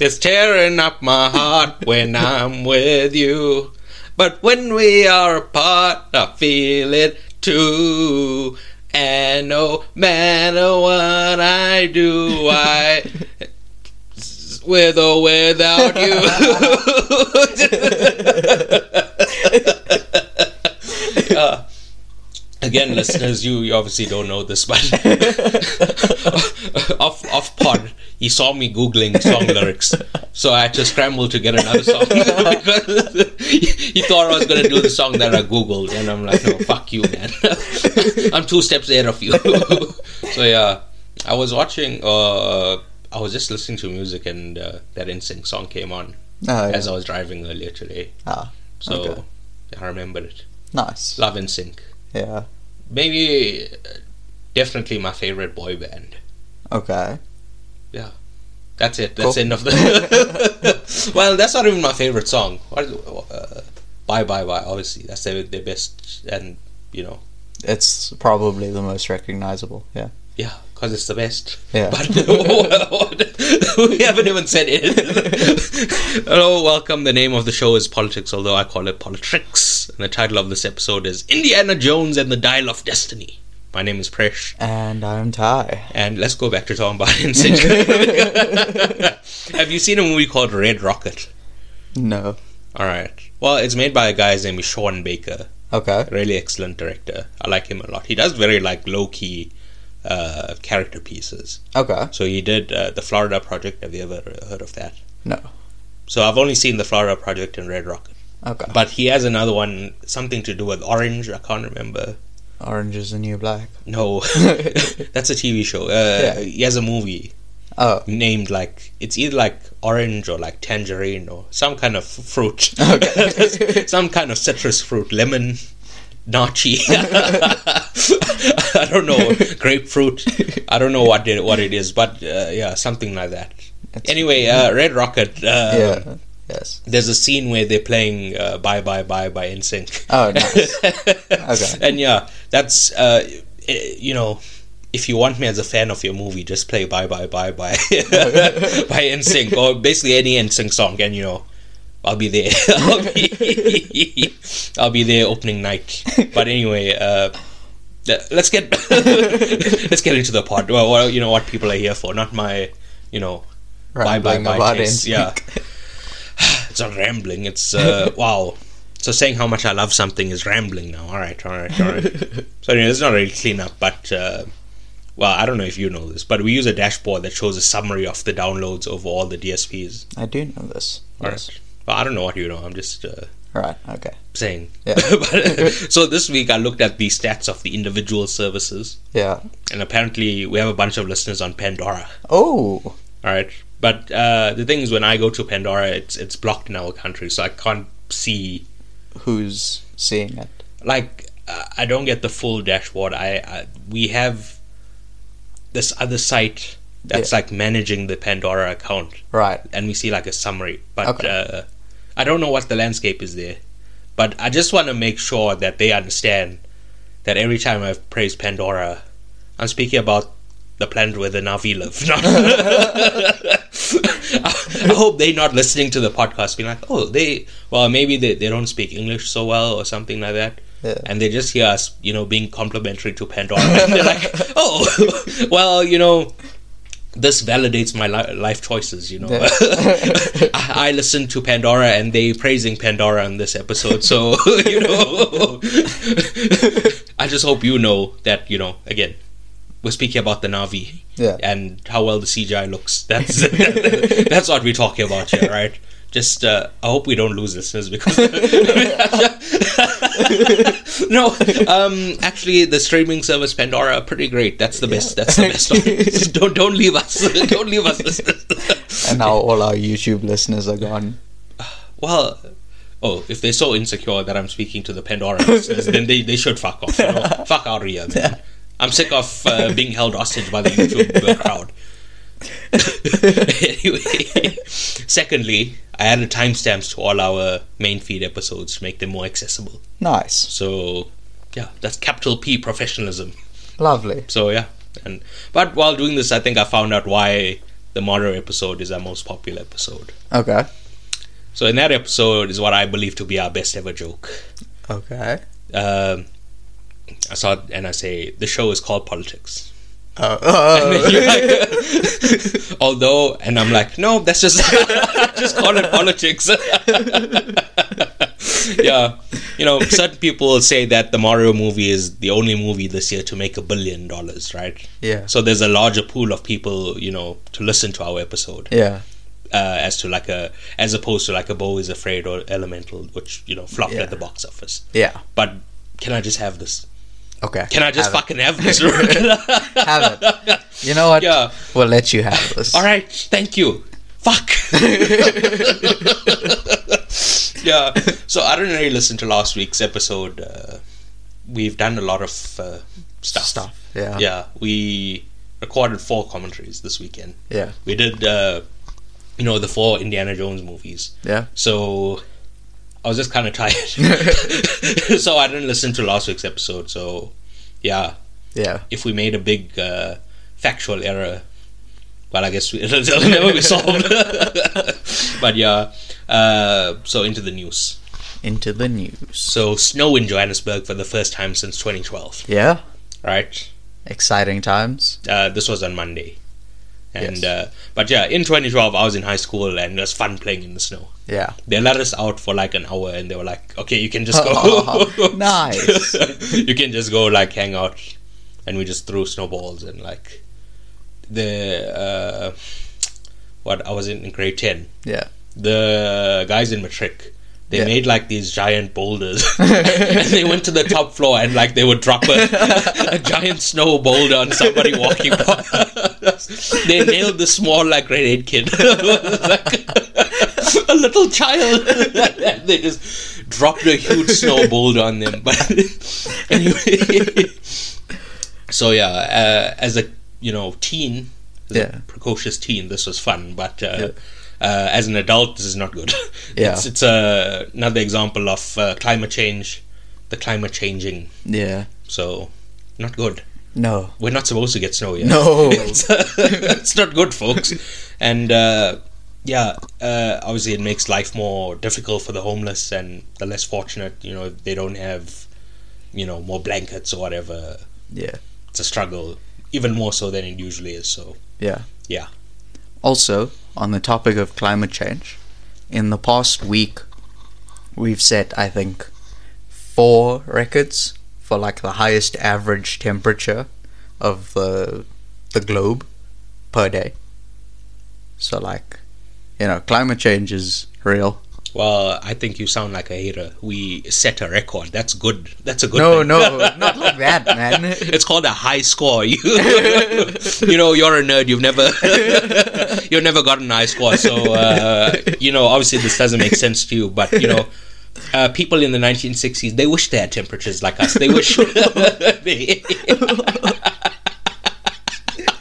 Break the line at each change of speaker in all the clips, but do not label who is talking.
It's tearing up my heart when I'm with you. But when we are apart, I feel it too. And no matter what I do, I. With or without you. Uh, again, listeners, you, you obviously don't know this, but off off pod, he saw me googling song lyrics, so I had to scramble to get another song because he thought I was going to do the song that I googled, and I'm like, no, fuck you, man. I'm two steps ahead of you. so yeah, I was watching. Uh, I was just listening to music, and uh, that NSYNC song came on
Oh, yeah.
as I was driving earlier today.
Ah,
So
Okay.
I remembered it.
nice.
Love NSYNC.
Yeah.
Maybe, uh, definitely my favorite boy band.
Okay.
That's it. That's
Cool.
end of the. well, that's not even my favorite song. What is, uh, bye bye bye. Obviously, that's their their best, and you know,
It's probably the most recognizable. Yeah.
yeah, because it's the best.
Yeah.
But we haven't even said it. Hello, welcome. The name of the show is Politics, although I call it Politrix, and the title of this episode is Indiana Jones and the Dial of Destiny. My name is Presh.
And I'm Ty.
And let's go back to Tom Barton Have you seen a movie called Red Rocket?
No.
All right. Well, it's made by a guy's name is Sean Baker.
Okay.
Really excellent director. I like him a lot. He does very like low key uh, character pieces.
Okay.
So he did uh, the Florida Project. Have you ever heard of that?
No.
So I've only seen the Florida Project and Red Rocket.
Okay.
But he has another one, something to do with orange. I can't remember.
Orange is the new black.
No, that's a TV show. Uh,
Yeah.
He has a movie.
Oh.
named like it's either like orange or like tangerine or some kind of f- fruit,
Okay.
some kind of citrus fruit, lemon, nachi. I don't know grapefruit. I don't know what it, what it is, but uh, yeah, something like that.
That's-
Anyway, uh, Red Rocket. Um,
Yeah. Yes.
There's a scene where they're playing uh, "Bye Bye Bye" by NSYNC.
Oh, nice. Okay.
And yeah, that's uh, eh, you know, if you want me as a fan of your movie, just play "Bye Bye Bye Bye" by NSYNC or basically any NSYNC song, and you know, I'll be there. I'll be, I'll be there opening night. But anyway, uh, th- let's get let's get into the part. Well, well, you know what people are here for, not my you know bye bye
Rambling
bye
about
taste.
NSYNC.
Yeah, it's not rambling. It's uh, wow. So saying how much I love something is rambling now. All right, all right, all right. so anyway, it's not really clean up, but uh, well, I don't know if you know this, but we use a dashboard that shows a summary of the downloads over all the DSPs.
I do know this.
All right.
Yes.
Well, I don't know what you know. I'm just. Uh,
Right. Okay.
saying
Yeah.
But- so this week i looked at the stats of the individual services
Yeah.
and apparently we have a bunch of listeners on pandora
Oh.
all right but uh, the thing is when i go to pandora it's it's blocked in our country so i can't see
Who's seeing it?
like uh, i don't get the full dashboard i, I we have this other site that's like managing the pandora account
Right.
and we see like a summary. But
Okay.
uh, I don't know what the landscape is there. But I just want to make sure that they understand that every time I praise Pandora, I'm speaking about the planet where the Navi live. Not I, I hope they're not listening to the podcast, being like, "Oh, they well, maybe they, they don't speak English so well or something like that."
Yeah.
And they just hear us, you know, being complimentary to Pandora, and they're like, "Oh, well, you know, this validates my li- life choices, you know.
Yeah.
I-, I listened to Pandora and they praising Pandora on this episode, so you know. I just hope you know that you know. Again, we're speaking about the Navi
Yeah.
and how well the CGI looks. That's that's what we're talking about here, right? Just uh, I hope we don't lose listeners because no, um, actually the streaming service Pandora are pretty great. That's the best. That's the best. One. don't don't leave us. don't leave us listeners.
And now all our YouTube listeners are gone.
Well, oh, if they're so insecure that I'm speaking to the Pandora listeners, then they, they should fuck off. You know? fuck out of here, man. I'm sick of uh, being held hostage by the YouTube uh, crowd. anyway, secondly, I added timestamps to all our main feed episodes to make them more accessible.
Nice.
So, yeah, that's capital P professionalism.
Lovely.
So yeah, and but while doing this, I think I found out why the Mother episode is our most popular episode.
Okay.
So in that episode is what I believe to be our best ever joke.
Okay.
Um, I saw it and I say the show is called Politics.
Oh. oh.
And you're like, although, and I'm like, no, that's just just call it politics. yeah, you know, certain people will say that the Mario movie is the only movie this year to make a billion dollars, right?
yeah.
So there's a larger pool of people, you know, to listen to our episode
Yeah.
uh, as to like a as opposed to like a Bo is Afraid or Elemental, which you know flopped
Yeah.
at the box office.
Yeah.
But can I just have this?
Okay.
Can I just
have
fucking have this?
it? have it? You know what?
Yeah.
We'll let you have this.
All right, thank you. Fuck. yeah. So I don't really listen to last week's episode. Uh, we've done a lot of uh, stuff.
Stuff. Yeah.
Yeah. We recorded four commentaries this weekend.
Yeah.
We did, uh, you know, the four Indiana Jones movies.
Yeah.
So I was just kind of tired. so I didn't listen to last week's episode. So yeah,
Yeah.
if we made a big uh, factual error, well, I guess we, it'll never be solved. but yeah, uh, so into the news.
Into the news.
So snow in Johannesburg for the first time since 2012.
Yeah.
Right,
Exciting times.
uh, this was on Monday, and
Yes.
uh, but yeah, in 2012 I was in high school and it was fun playing in the snow.
Yeah.
They let us out for like an hour and they were like, "Okay, you can just
Oh,
go.
nice.
you can just go like hang out." And we just threw snowballs and like the uh, what I was in, in grade ten.
Yeah.
The guys in matric. They
Yeah.
made like these giant boulders, and they went to the top floor, and like they would drop a, a giant snow boulder on somebody walking by. they nailed the small like grade eight kid, like a little child. they just dropped a huge snow boulder on them. But anyway, so yeah, uh, as a you know teen, as
Yeah.
a precocious teen, this was fun. But uh, uh, as an adult, this is not good. it's it's uh, another example of uh, climate change, the climate changing.
Yeah.
So not good.
No.
We're not supposed to get snow yet.
No.
it's, uh, it's not good, folks. And uh, yeah, uh, obviously it makes life more difficult for the homeless and the less fortunate. You know, if they don't have, you know, more blankets or whatever.
Yeah.
It's a struggle, even more so than it usually is. So
Yeah.
Yeah.
Also, on the topic of climate change, in the past week, we've set, I think, four records for like the highest average temperature of the the globe per day. So like, you know, climate change is real.
well, I think you sound like a hater. We set a record. That's good. That's a good.
No,
thing.
no, not like that, man.
It's called a high score. You, you know, you're a nerd. You've never, you've never gotten a high score. So, uh, you know, obviously this doesn't make sense to you. But you know, uh, people in the 1960s they wish they had temperatures like us. They wish. They-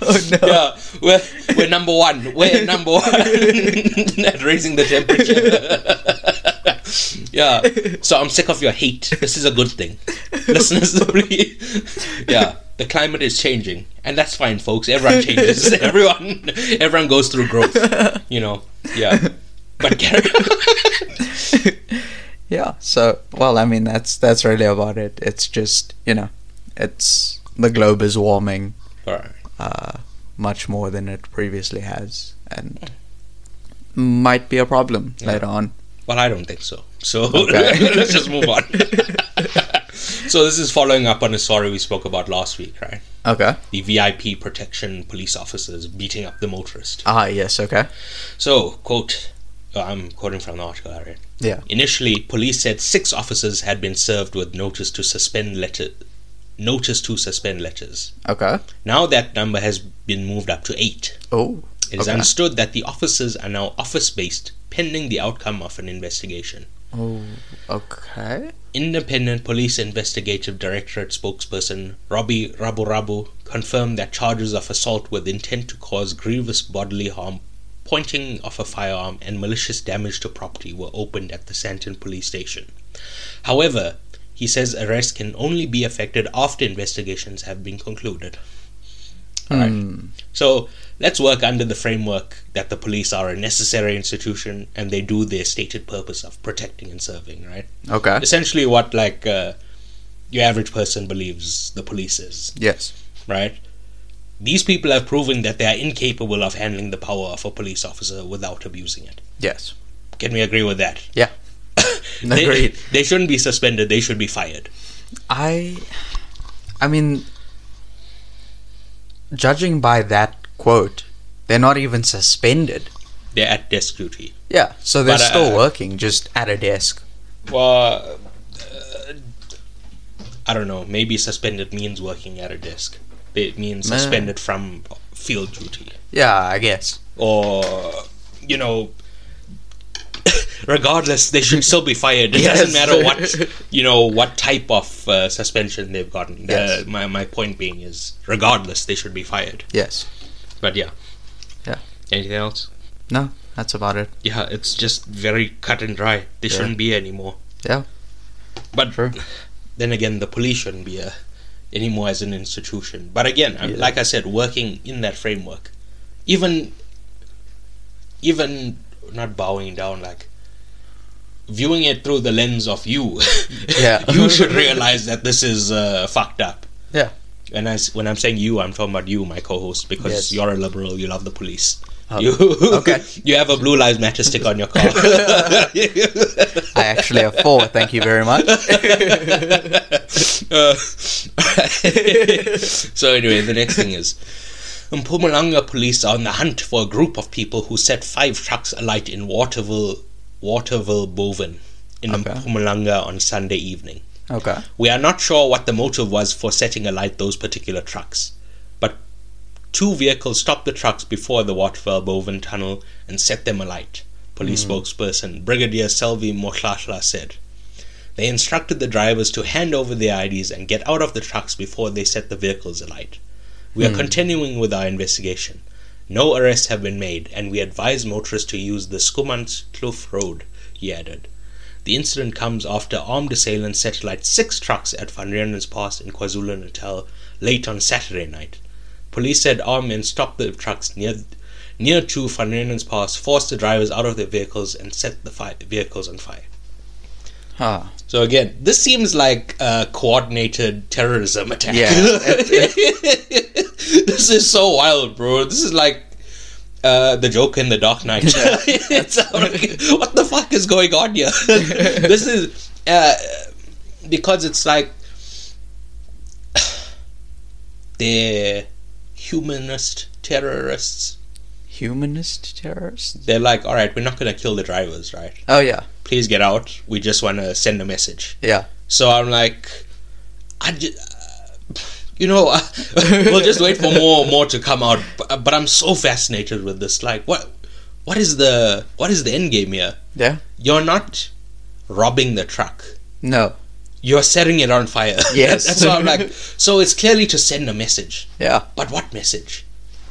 Oh no.
yeah, we're, we're number one. We're number one at raising the temperature. yeah, so I'm sick of your hate. This is a good thing. Listeners, please. yeah, the climate is changing, and that's fine, folks. Everyone changes. Everyone, everyone goes through growth. You know, yeah. But Gary,
Yeah. So, well, I mean, that's that's really about it. It's just you know, it's the globe is warming
Alright.
uh, much more than it previously has, and might be a problem later on.
Well, I don't think so. So
Okay.
let's just move on. so this is following up on a story we spoke about last week, right?
Okay.
the VIP protection police officers beating up the motorist.
Ah, yes. Okay.
So, quote, oh, I'm quoting from the article I read.
Yeah.
Initially, police said six officers had been served with notice to suspend letter, notice to suspend letters.
Okay.
Now that number has been moved up to eight.
Oh.
It is
Okay.
understood that the officers are now office-based, pending the outcome of an investigation.
Oh. Okay.
Independent Police Investigative Directorate spokesperson Robbie Raburabu confirmed that charges of assault with intent to cause grievous bodily harm, pointing of a firearm, and malicious damage to property were opened at the Santon police station. However, he says arrests can only be effected after investigations have been concluded. Alright.
Hmm.
So Let's work under the framework that the police are a necessary institution and they do their stated purpose of protecting and serving, right?
Okay.
Essentially, what like uh, your average person believes the police is,
Yes.
right? These people have proven that they are incapable of handling the power of a police officer without abusing it.
Yes.
Can we agree with that?
Yeah.
They-
Agreed.
They shouldn't be suspended. They should be fired.
I I mean judging by that quote, they're not even suspended.
They're at desk duty.
Yeah. So they're
But, uh,
still working just at a desk.
Well, uh, I don't know. Maybe suspended means working at a desk. It means
Nah.
suspended from field duty,
Yeah, I guess.
or you know. Regardless, they should still be fired. It doesn't
Yes.
matter what you know what type of uh, suspension they've gotten. Uh,
Yes.
my my point being is, regardless, they should be fired.
Yes.
But yeah,
Yeah.
Anything else?
No, that's about it.
Yeah, it's just very cut and dry. They
Yeah.
shouldn't be here anymore.
Yeah.
But
True.
then again, the police shouldn't be a, anymore as an institution. But again, I'm
Yeah.
like I said, working in that framework, even even not bowing down, like viewing it through the lens of you,
Yeah.
you should realize that this is uh, fucked up.
Yeah.
And I, s- when I'm saying you, I'm talking about you, my co-host, because
Yes.
you're a liberal. You love the police.
Oh,
you
okay.
you have a blue lives matter stick on your car.
I actually have four, thank you very much.
Uh, so anyway, the next thing is Mpumalanga police are on the hunt for a group of people who set five trucks alight in Waterville, Waterville Boven in
Okay.
Mpumalanga on Sunday evening.
Okay.
We are not sure what the motive was for setting alight those particular trucks, but two vehicles stopped the trucks before the Waterville Boven tunnel and set them alight, police spokesperson Brigadier Selvi Motlahla said. They instructed the drivers to hand over their IDs and get out of the trucks before they set the vehicles alight. We are continuing with our investigation. No arrests have been made, and we advise motorists to use the Skumans Kloof Road, he added. The incident comes after armed assailants set alight six trucks at Van Rienen's Pass in KwaZulu Natal late on Saturday night. Police said armed men stopped the trucks near near to Van Rienen's Pass, forced the drivers out of their vehicles, and set the fi- vehicles on fire.
Huh.
So again, this seems like a coordinated terrorism attack.
Yeah.
this is so wild, bro. This is like uh, the Joker in the Dark Knight. It's like, what the fuck is going on here? this is uh, because it's like they're humanist terrorists.
Humanist terrorists?
They're like, all right, we're not gonna kill the drivers, right?
Oh yeah.
Please get out. We just want to send a message.
Yeah.
So I'm like, I ju- uh, you know, uh, we'll just wait for more more to come out. But, but I'm so fascinated with this. Like, what what is the what is the end game here?
Yeah.
You're not robbing the truck.
No.
You're setting it on fire.
Yes.
That's what I'm like. So it's clearly to send a message.
Yeah.
But what message?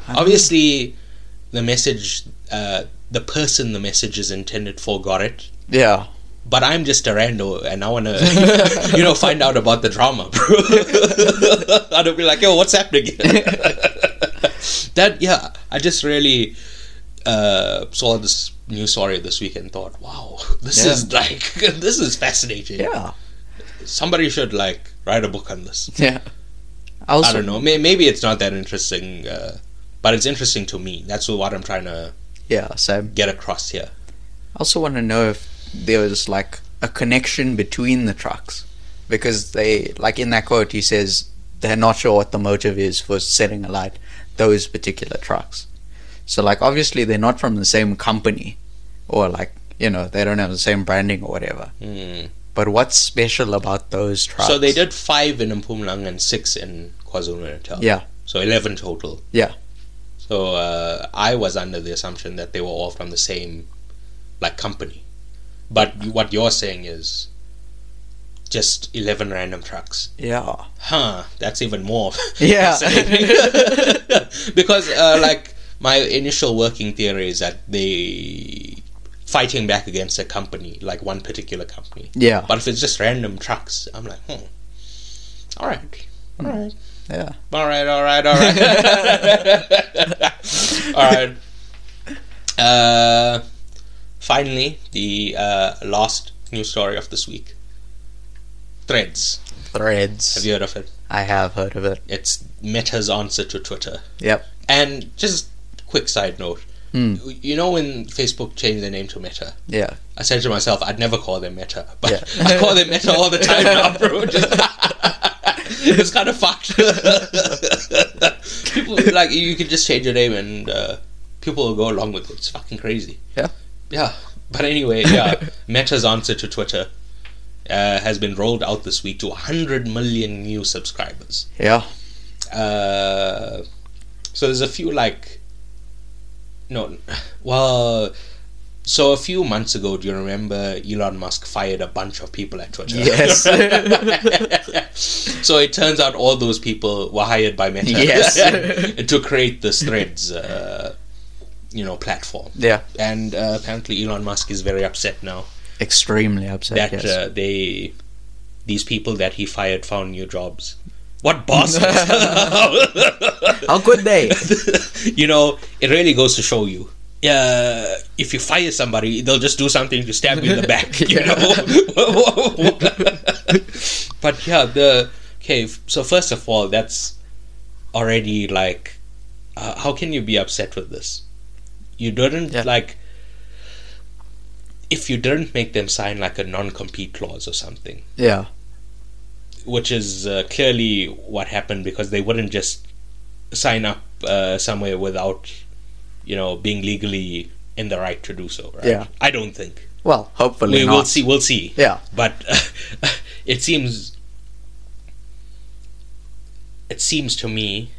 I don't-
Obviously, the message, uh, the person the message is intended for got it
Yeah.
but I'm just a rando and I wanna you know find out about the drama, bro. I'd be like, yo, what's happening? here?" that yeah, I just really uh, saw this news story this week and thought, wow, this
Yeah.
is like this is fascinating.
Yeah.
Somebody should like write a book on this.
Yeah. Also,
I don't know. May- maybe it's not that interesting, uh, but it's interesting to me. That's what I'm trying to
Yeah, same.
get across here.
I also want to know if there was like a connection between the trucks because they, like in that quote, he says they're not sure what the motive is for setting alight those particular trucks. So, like, obviously, they're not from the same company or like, you know, they don't have the same branding or whatever.
Hmm.
But what's special about those trucks?
So they did five in Mpumalanga and six in KwaZulu Natal.
Yeah.
So 11 total.
Yeah.
So uh, I was under the assumption that they were all from the same like company. But you- what you're saying is just 11 random trucks.
Yeah.
Huh, that's even more.
Yeah.
fascinating. because uh, like my initial working theory is that they fighting back against a company, like one particular company.
Yeah.
But if it's just random trucks, I'm like, hmm. All right. All right.
Hmm. Yeah.
All right, all right, all right. All right. Uh, finally, the uh, last news story of this week. Threads.
Threads.
Have you heard of it?
I have heard of it.
It's Meta's answer to Twitter.
Yep.
And just quick side note.
Hmm.
You know when Facebook changed their name to Meta?
Yeah.
I said to myself, I'd never call them Meta, but
Yeah.
I call them Meta all the time now, bro. Just- it's kind of fucked. people, like you can just change your name and uh, people will go along with it. It's fucking crazy.
Yeah.
Yeah. But anyway, yeah, Meta's answer to Twitter uh, has been rolled out this week to 100 million new subscribers.
Yeah.
Uh, so there's a few like no well so a few months ago do you remember elon musk fired a bunch of people at twitter
Yes.
so it turns out all those people were hired by meta
Yes.
to create this threads uh, you know platform
Yeah.
and uh, apparently elon musk is very upset now
Extremely upset.
that
yes.
uh, they these people that he fired found new jobs what bosses
How could they?
you know, it really goes to show you. Uh, if you fire somebody, they'll just do something to stab you in the back. You
Yeah.
know. but yeah, the okay. f- So first of all, that's already like, uh, how can you be upset with this? You didn't
Yeah.
like. If you didn't make them sign like a non-compete clause or something,
yeah.
which is uh, clearly what happened because they wouldn't just sign up uh, somewhere without you know being legally in the right to do so right
Yeah.
i don't think
Well, hopefully
we
not.
will see we'll see
Yeah.
but it seems it seems to me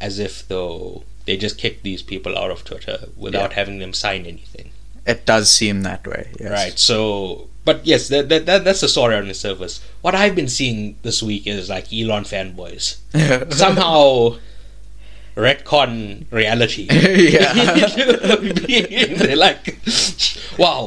as if though they just kicked these people out of twitter without having them sign anything
It does seem that way. Yes.
Right. So, but yes, that, that, that that's the story on the surface. What I've been seeing this week is like Elon fanboys somehow retcon reality.
yeah.
They're like, wow.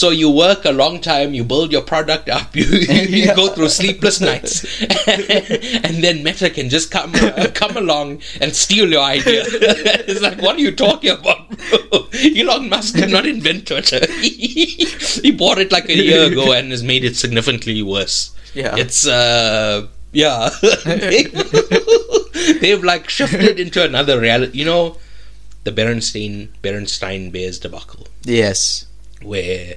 So you work a long time, you build your product up, you, you
Yeah.
go through sleepless nights, and then Meta can just come uh, come along and steal your idea. it's like, what are you talking about? bro? Elon Musk did not invent Twitter. he bought it like a year ago and has made it significantly worse.
Yeah.
It's uh yeah. They've like shifted into another reality. You know, the Berenstein Berenstein Bears debacle,
Yes.
where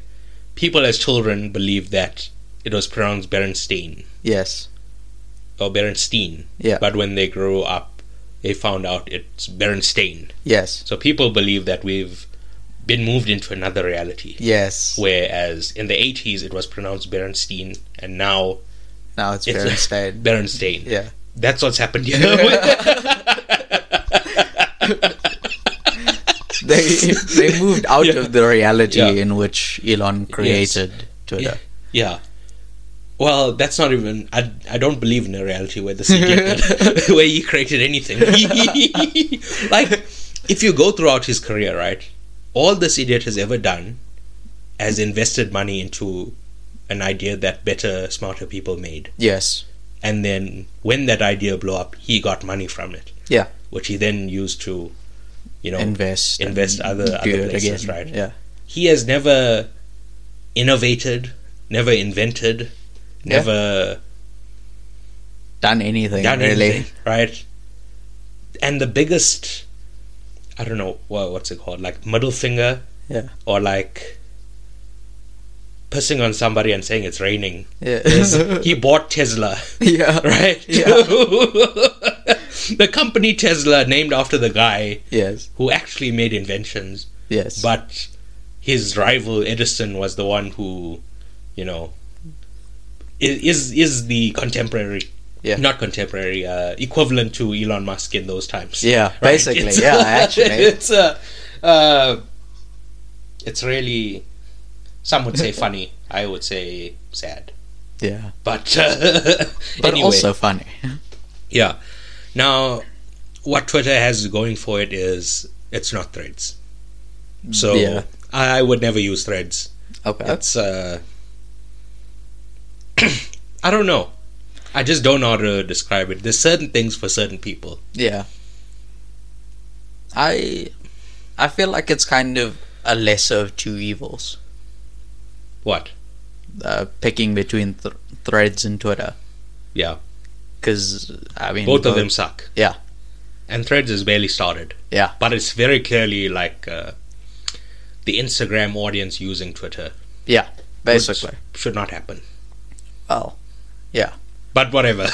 people as children believed that it was pronounced Berenstein
Yes.
or Berenstein,
Yeah.
but when they grew up, they found out it's Berenstain.
Yes.
So people believe that we've been moved into another reality.
Yes.
Whereas in the 80s it was pronounced Berenstein, and now
Now it's
It's-
Bernstein.
Berenstain.
yeah.
That's what's happened here.
They they moved out
Yeah.
of the reality
Yeah.
in which Elon created Twitter.
yeah. Well, that's not even. I, I don't believe in a reality where this idiot did- where he created anything. like, if you go throughout his career, right, all this idiot has ever done has invested money into an idea that better, smarter people made,
Yes.
and then when that idea blew up, he got money from it.
Yeah.
which he then used to, you know,
Invest. and
invest other-
do
other
it
places,
again.
right?
Yeah.
he has never innovated, never invented,
Yeah.
never
Done anything
done
really.
anything, right? And the biggest, I don't know, wha- what's it called, like middle finger,
Yeah.
or like pissing on somebody and saying it's raining.
Yeah.
He bought Tesla,
yeah.
right?
Yeah.
the company Tesla, named after the guy
Yes.
who actually made inventions.
Yes.
But his rival Edison was the one who, you know, i- is is the contemporary,
Yeah.
not contemporary, uh, equivalent to Elon Musk in those times.
Yeah,
Right?
basically,
It's-
yeah, actually.
it's a, uh, it's really, some would say funny, I would say sad,
Yeah.
but uh,
But
anyway,
also funny.
yeah. Now, what Twitter has going for it is it's not Threads, so
Yeah.
I would never use Threads.
Okay.
It's uh I don't know. I just don't know how to describe it. There's certain things for certain people.
Yeah. I I feel like it's kind of a lesser of two evils.
What?
Uh, picking between th- threads and Twitter,
Yeah.
because I mean
Both of them suck.
Yeah.
And Threads has barely started.
Yeah.
But it's very clearly like uh, the Instagram audience using Twitter. which
basically.
should not happen.
Oh,
But whatever.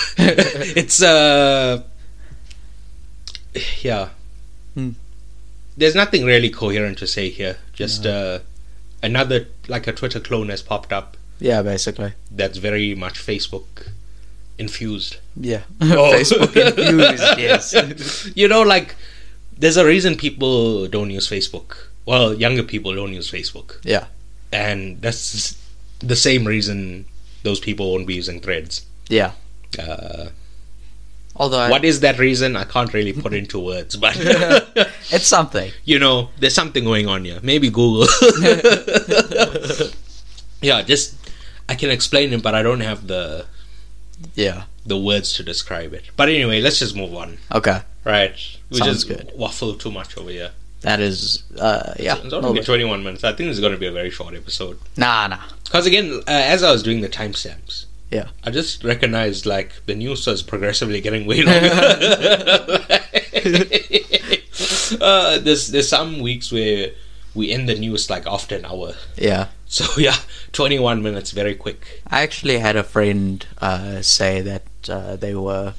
it's uh yeah.
Hmm.
There's nothing really coherent to say here. Just uh another like a Twitter clone has popped up
yeah, basically.
that's very much Facebook infused.
Yeah,
Oh.
Facebook infused. Yes.
you know, like there's a reason people don't use Facebook. Well, younger people don't use Facebook.
Yeah.
and that's the same reason those people won't be using Threads.
Yeah.
Uh,
Although I-
what is that reason? I can't really put into words, but
it's something.
you know, there's something going on here. Maybe Google. yeah, just I can explain it, but I don't have the
Yeah.
the words to describe it. But anyway, let's just move on.
Okay.
Right? We
Sounds
just
good.
waffle too much over here.
That is. Uh. Yeah.
It's
no
only
bit.
21 minutes. I think it's going to be a very short episode.
Nah. Nah.
Because again, uh, as I was doing the timestamps,
Yeah.
I just recognized like the news was progressively getting way longer. uh, there's there's some weeks where we end the news like after an hour.
Yeah.
So yeah, 21 minutes, very quick.
I actually had a friend uh, say that uh, they were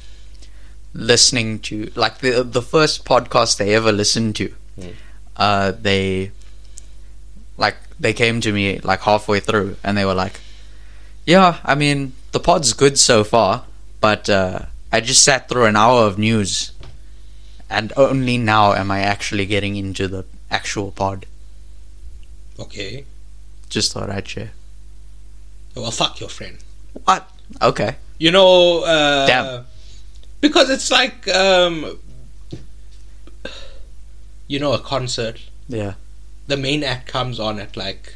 listening to like the the first podcast they ever listened to.
Mm.
Uh, they like they came to me like halfway through and they were like, "Yeah, I mean the pod's good so far, but uh, I just sat through an hour of news, and only now am I actually getting into the actual pod."
Okay.
Just thought I'd share.
Well, fuck your friend.
What? Okay.
You know. Uh,
Damn.
Because it's like, um, you know, a concert.
Yeah.
The main act comes on at like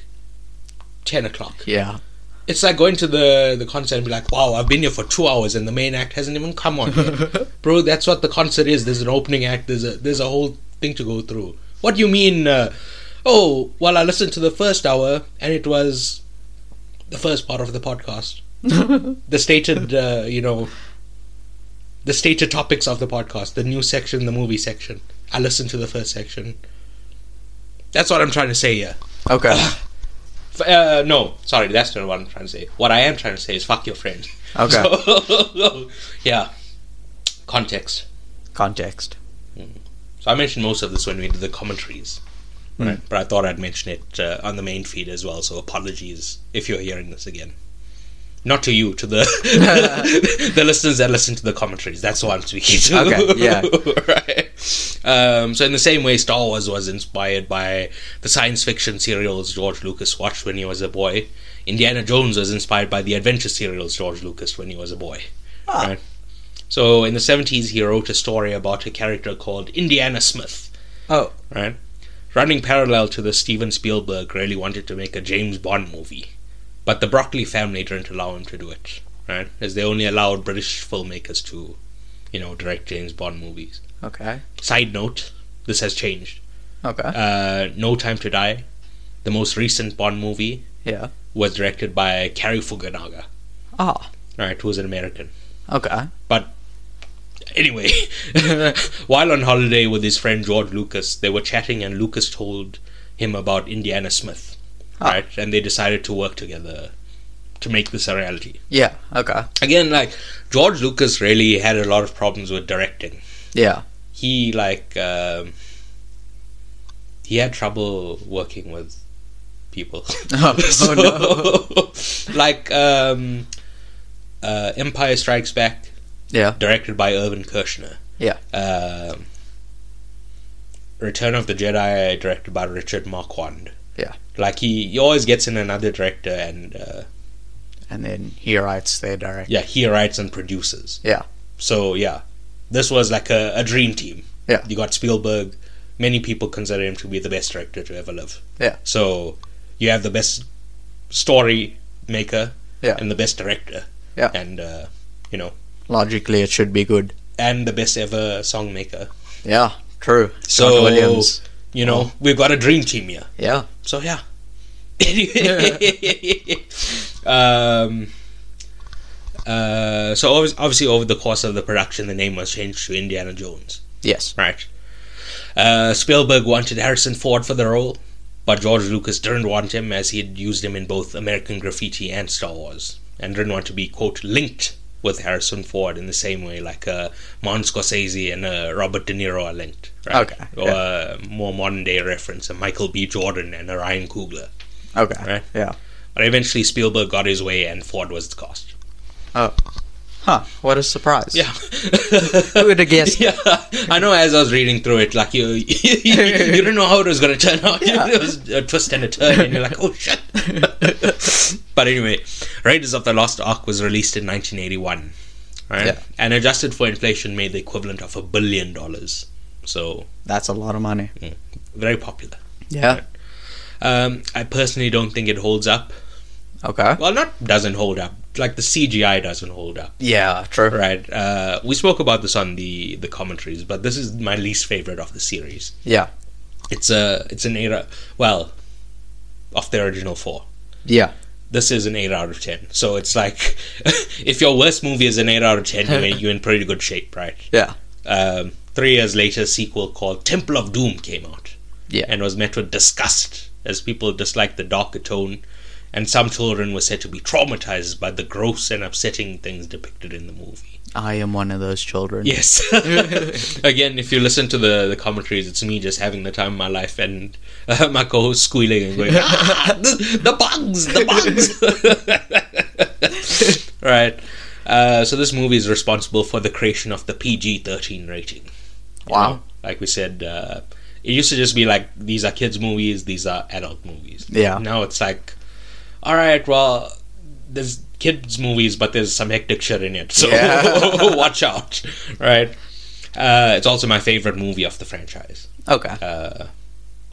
10 o'clock.
Yeah.
It's like going to the the concert and be like, "Wow, I've been here for two hours and the main act hasn't even come on yet, bro." That's what the concert is. There's an opening act. There's a there's a whole thing to go through. What do you mean? Uh, oh, well, I listened to the first hour and it was the first part of the podcast. the stated, uh, you know, the stated topics of the podcast, the news section, the movie section. I listened to the first section. That's what I'm trying to say here.
Okay.
F- Uh, no, sorry, that's not what I'm trying to say. What I am trying to say is fuck your friend.
Okay.
So, yeah. Context.
Context.
So I mentioned most of this when we did the commentaries,
Hmm.
right? But I thought I'd mention it uh, on the main feed as well. So apologies if you're hearing this again. Not to you, to the the listeners that listen to the commentaries. That's who I'm speaking to.
Okay, yeah.
right. Um, so in the same way, Star Wars was inspired by the science fiction serials George Lucas watched when he was a boy. Indiana Jones was inspired by the adventure serials George Lucas when he was a boy.
Ah.
Right. So in the 70s, he wrote a story about a character called Indiana Smith.
Oh.
Right. Running parallel to the Steven Spielberg really wanted to make a James Bond movie, but the Broccoli family didn't allow him to do it. Right, as they only allowed British filmmakers to, you know, direct James Bond movies.
Okay.
Side note: This has changed.
Okay.
Uh, no Time to Die, the most recent Bond movie,
yeah.
was directed by Cary Fukunaga.
Ah.
Right, who's an American.
Okay.
Anyway, while on holiday with his friend George Lucas, they were chatting, and Lucas told him about Indiana Smith,
Ah.
right? And they decided to work together to make this a reality.
Yeah. Okay.
Again, like George Lucas really had a lot of problems with directing.
Yeah.
He like um, he had trouble working with people.
Oh,
So,
no.
like um, uh, Empire Strikes Back,
Yeah.
directed by Irvin Kershner.
Yeah.
Um, Return of the Jedi, directed by Richard Marquand.
Yeah.
Like he, he always gets in another director, and uh,
And then he writes their direct.
yeah, he writes and produces.
Yeah.
So yeah, this was like a, a dream team.
Yeah.
You got Spielberg. Many people consider him to be the best director to ever live.
Yeah.
So you have the best story maker
Yeah.
and the best director.
Yeah.
And uh, you know,
Logically, it should be good.
and the best ever song maker.
Yeah. True.
So-
John Williams.
You know, we've got a dream team here.
Yeah.
So yeah. um, uh, so obvi- obviously, over the course of the production, the name was changed to Indiana Jones.
Yes.
Right. Uh, Spielberg wanted Harrison Ford for the role, but George Lucas didn't want him as he had used him in both American Graffiti and Star Wars, and didn't want to be quote linked with Harrison Ford in the same way like uh, Martin Scorsese and uh, Robert De Niro are linked. Right?
Okay,
Or uh, more modern day reference, a Michael B. Jordan and a Ryan Coogler.
Okay.
Right.
Yeah.
But eventually Spielberg got his way, and Ford was the cost.
Oh. Huh. What a surprise.
Yeah.
Who would have guessed?
Yeah, I know. As I was reading through it, like you, you, didn't know how it was going to turn out.
Yeah.
It was a twist and a turn, and you're like, oh shit. but anyway, Raiders of the Lost Ark was released in 1981, right?
Yeah.
And adjusted for inflation, made the equivalent of a billion dollars. So
That's a lot of money.
very popular.
Yeah.
Um, I personally don't think it holds up.
Okay.
Well, not doesn't hold up. Like the CGI doesn't hold up.
Yeah. True.
Right. Uh, we spoke about this on the the commentaries, but this is my least favorite of the series.
Yeah.
It's a it's an eight. Out, well, of the original four,
Yeah.
this is an eight out of ten. So it's like if your worst movie is an eight out of ten, you're in, you're in pretty good shape, right?
Yeah.
Um, three years later, a sequel called Temple of Doom came out.
Yeah.
And was met with disgust as people disliked the darker tone, and some children were said to be traumatized by the gross and upsetting things depicted in the movie.
I am one of those children.
Yes. Again, if you listen to the, the commentaries, it's me just having the time of my life and uh, my co host squealing and going, ah, the, the bugs, the bugs. right. Uh, so, this movie is responsible for the creation of the PG 13 rating. You
Wow.
know, like we said, uh, it used to just be like, these are kids' movies, these are adult movies.
Yeah.
Now it's like, all right, well, there's kids' movies, but there's some hectic shit in it. So
Yeah.
watch out, right? Uh, it's also my favorite movie of the franchise.
Okay.
Uh,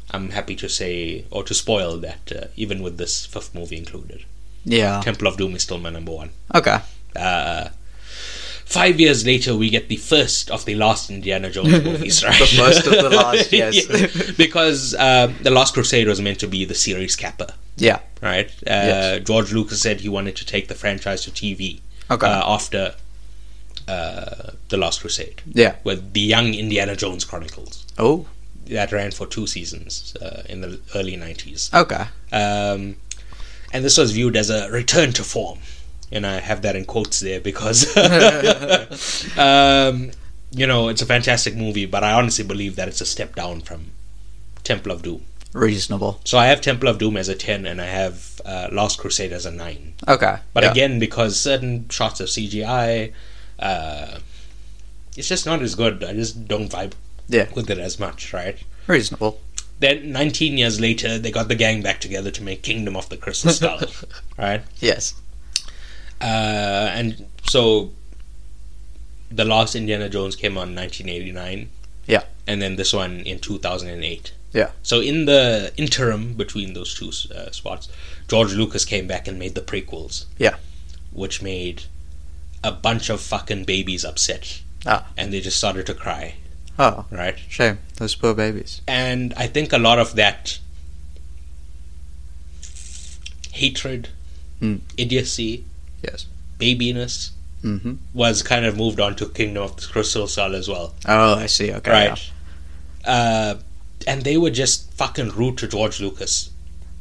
I'm happy to say or to spoil that uh, even with this fifth movie included,
Yeah.
Temple of Doom is still my number one.
Okay.
Uh, five years later, we get the first of the last Indiana Jones movies, right?
The first of the last, yes.
Yeah, because um, the Last Crusade was meant to be the series capper
Yeah.
right? Uh,
Yes.
George Lucas said he wanted to take the franchise to TV
Okay.
uh, after uh, The Last Crusade
Yeah.
with the Young Indiana Jones Chronicles
Oh.
that ran for two seasons uh, in the early 90s.
Okay.
Um, and this was viewed as a return to form. And I have that in quotes there because, um, you know, it's a fantastic movie, but I honestly believe that it's a step down from Temple of Doom.
Reasonable.
So I have Temple of Doom as a 10 and I have uh, Last Crusade as a 9.
Okay.
But
yeah.
again, because certain shots of CGI, uh, it's just not as good. I just don't vibe
Yeah.
with it as much, right?
Reasonable.
Then, 19 years later, they got the gang back together to make Kingdom of the Crystal Skull, right?
Yes.
Uh, and so, the last Indiana Jones came out in 1989.
Yeah.
And then this one in 2008.
Yeah.
So, in the interim between those two uh, spots, George Lucas came back and made the prequels.
Yeah.
Which made a bunch of fucking babies upset.
Ah.
And they just started to cry,
Oh.
right?
Shame. Those poor babies.
And I think a lot of that hatred,
Mm.
idiocy,
Yes.
babiness,
Mm-hmm.
was kind of moved on to Kingdom of the Crystal Skull as well,
Oh, I see. Okay.
right? Uh, and they were just fucking rude to George Lucas.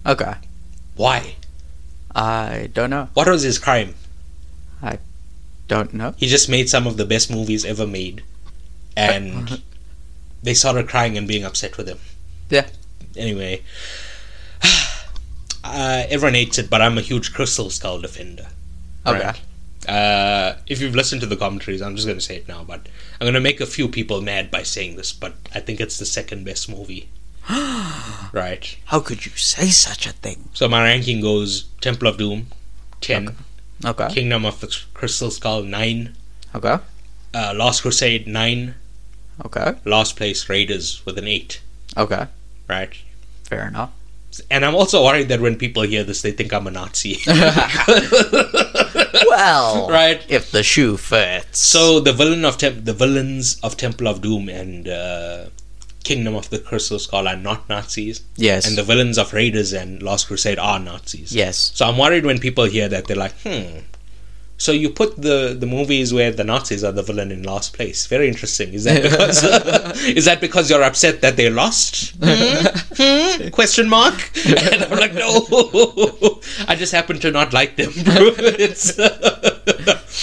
yeah. Okay.
Why?
I don't know.
What was his crime?
Don't know.
He just made some of the best movies ever made, and they started crying and being upset with him.
Yeah.
Anyway, uh, everyone hates it, but I'm a huge Crystal Skull defender.
Okay.
Right. Uh, if you've listened to the commentaries, I'm just going to say it now, but I'm going to make a few people mad by saying this, but I think it's the second best movie. right.
How could you say such a thing?
So my ranking goes Temple of Doom, 10,
Okay.
Kingdom of the Crystal Skull, 9,
Okay.
uh, Last Crusade, 9,
Okay.
Last Place Raiders with an 8.
Okay.
Right.
Fair enough.
And I'm also worried that when people hear this, they think I'm a Nazi.
Well.
right.
If the shoe fits.
So the villain of Tem- the villains of Temple of Doom and uh, Kingdom of the Crystal Skull are not Nazis,
Yes.
and the villains of Raiders and Last Crusade are Nazis.
yes.
So I'm worried when people hear that they're like, hmm. So you put the the movies where the Nazis are the villain in last place. Very interesting. Is that because is that because you're upset that they lost? Hmm? Hmm? Question mark. And I'm like, no. I just happen to not like them. bro. It's-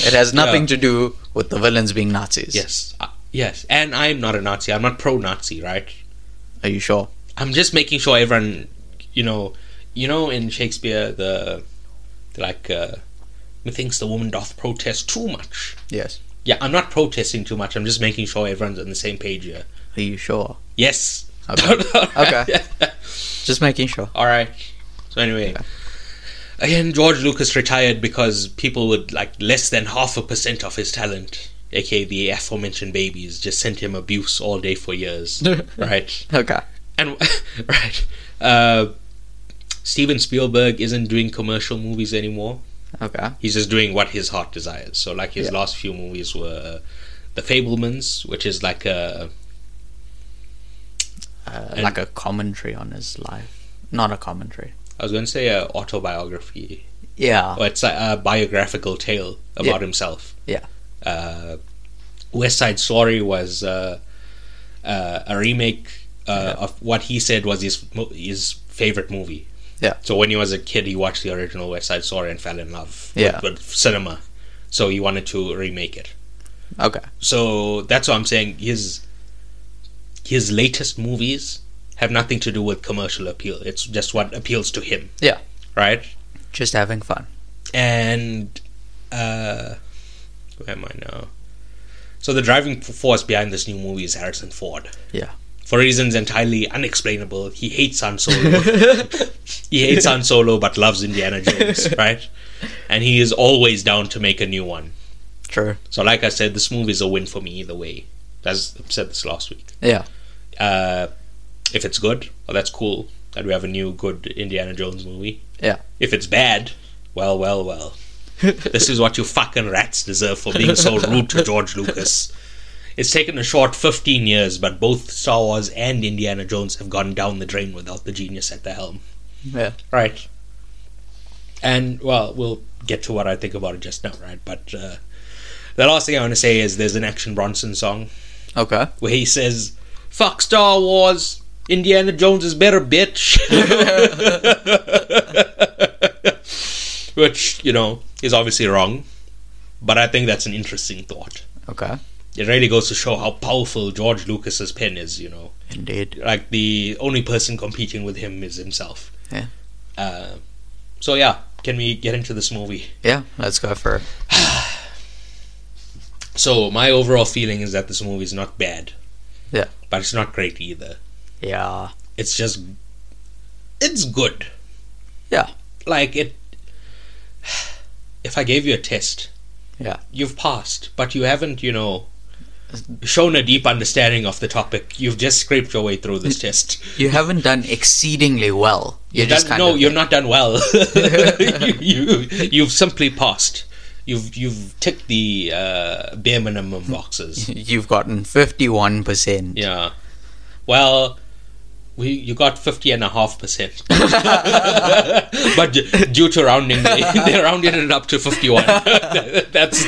It has nothing to do with the villains being Nazis.
yes, Uh, yes. And I'm not a Nazi. I'm not pro-Nazi, right?
Are you sure?
I'm just making sure everyone, you know, you know, in Shakespeare, the, the like, uh, methinks the woman doth protest too much.
Yes.
Yeah, I'm not protesting too much. I'm just making sure everyone's on the same page here.
Are you sure?
Yes.
Okay.
okay.
Just making sure.
All right. So anyway, again, George Lucas retired because people would like less than half a percent of his talent, aka the aforementioned babies, just sent him abuse all day for years. right.
Okay.
And right, uh, Steven Spielberg isn't doing commercial movies anymore.
Okay.
He's just doing what his heart desires. So like his
Yeah.
last few movies were The Fablemans, which is like a
Uh, like a commentary on his life. Not a commentary.
I was going to say a autobiography,
Yeah.
or it's a, a biographical tale about
Yeah.
himself.
Yeah.
Uh, West Side Story was uh, uh, a remake uh, of what he said was his mo- his favorite movie.
Yeah.
So when he was a kid, he watched the original West Side Story and fell in love with-
Yeah.
with, cinema. So he wanted to remake it.
Okay.
So that's what I'm saying. His his latest movies have nothing to do with commercial appeal. It's just what appeals to him.
Yeah.
Right.
Just having fun.
And uh, where am I now? So the driving force behind this new movie is Harrison Ford.
Yeah.
For reasons entirely unexplainable, he hates Han Solo. he hates Han Solo, but loves Indiana Jones, right? And he is always down to make a new one.
True.
So, like I said, this movie is a win for me either way. As I said this last week.
Yeah.
Uh, if it's good, well, that's cool that we have a new good Indiana Jones movie.
Yeah.
If it's bad, well, well, well. this is what you fucking rats deserve for being so rude to George Lucas. It's taken a short 15 years, but both Star Wars and Indiana Jones have gone down the drain without the genius at the helm.
Yeah.
Right. And, well, we'll get to what I think about it just now, right? But uh, the last thing I want to say is there's an Action Bronson song
Okay.
where he says, "Fuck Star Wars, Indiana Jones is better, bitch," which you know is obviously wrong, but I think that's an interesting thought.
Okay.
It really goes to show how powerful George Lucas's pen is. You know,
Indeed.
like the only person competing with him is himself.
Yeah.
Uh, so yeah, can we get into this movie?
Yeah. Let's go for it.
So my overall feeling is that this movie is not bad.
Yeah.
But it's not great either.
Yeah.
it's just it's good
Yeah.
like it if i gave you a test
Yeah.
you've passed but you haven't you know shown a deep understanding of the topic you've just scraped your way through this test
You haven't done exceedingly well. You're
Done-
just kind
no
of
you're not done well you, you, you've simply passed you've you've ticked the uh, bare minimum boxes
You've gotten fifty-one percent.
yeah well we, you got 50 and a half percent but d- due to rounding, they, they rounded it up to fifty-one. that's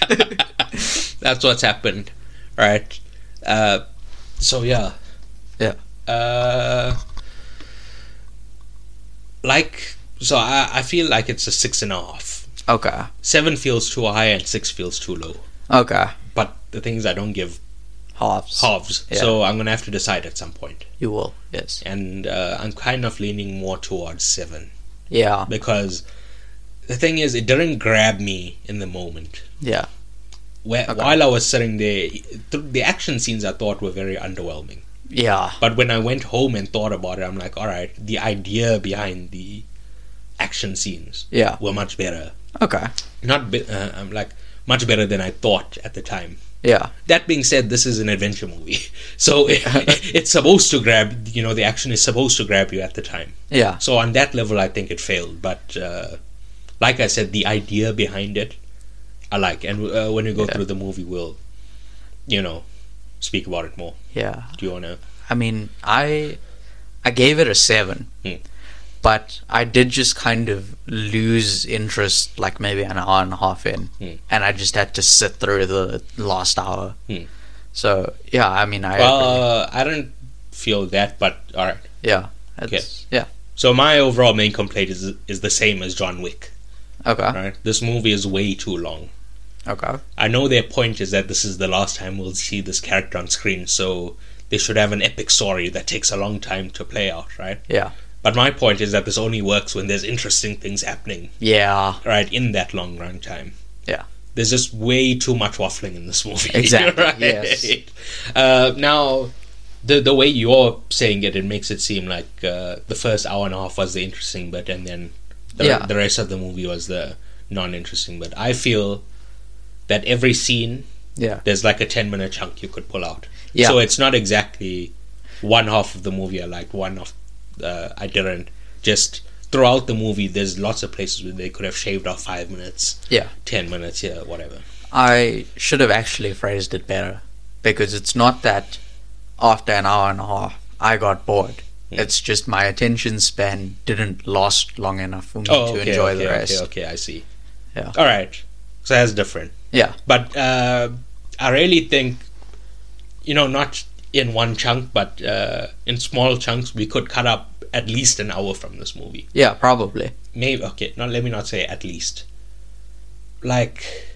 that's what's happened, right? Uh, so yeah,
Yeah.
Uh, like so, I, I feel like it's a six and a half.
Okay.
Seven feels too high, and six feels too low.
Okay.
But the thing is, I don't give
Halves.
halves,
Yeah.
so I'm gonna have to decide at some point.
You will. Yes.
And uh, I'm kind of leaning more towards seven.
Yeah.
because the thing is it didn't grab me in the moment
Yeah.
where,
Okay.
while i was sitting there th- the action scenes i thought were very underwhelming
Yeah.
but when i went home and thought about it i'm like all right the idea behind the action scenes
Yeah.
were much better
Okay.
not be- uh, i'm like much better than i thought at the time
Yeah.
that being said this is an adventure movie so it, it's supposed to grab you know the action is supposed to grab you at the time
Yeah.
so on that level, I think it failed. But uh, like I said, the idea behind it, I like. And uh, when we go
Yeah.
through the movie, we'll, you know, speak about it more.
Yeah.
Do you want to?
I mean, I I gave it a seven,
Hmm.
but I did just kind of lose interest, like maybe an hour and a half in,
Hmm.
and I just had to sit through the last hour.
Hmm.
So yeah, I mean, I agree.
Well, uh, I don't feel that, but all right.
yeah, it's, yeah,
So my overall main complaint is is the same as John Wick.
okay,
Right? This movie is way too long.
okay,
I know their point is that this is the last time we'll see this character on screen, so they should have an epic story that takes a long time to play out, right?
yeah,
But my point is that this only works when there's interesting things happening,
yeah,
right, in that long run time.
Yeah.
There's just way too much waffling in this movie.
Exactly, yes.
Uh, now, the the way you're saying it, it makes it seem like uh, the first hour and a half was the interesting bit, and then the,
Yeah.
the rest of the movie was the non-interesting bit. I feel that every scene
yeah,
there's like a 10 minute chunk you could pull out.
Yeah.
So it's not exactly one half of the movie I liked, one of uh, I didn't. Just throughout the movie, there's lots of places where they could have shaved off five minutes,
yeah.
10 minutes, yeah, whatever.
I should have actually phrased it better because it's not that after an hour and a half I got bored.
Yeah.
It's just my attention span didn't last long enough for me
Oh,
to
okay,
enjoy
okay,
the rest.
Okay, okay, I see.
Yeah.
All right. So that's different.
Yeah.
But uh, I really think, you know, not in one chunk, but uh, in small chunks, we could cut up at least an hour from this movie.
Yeah, probably.
maybe okay no let me not say at least like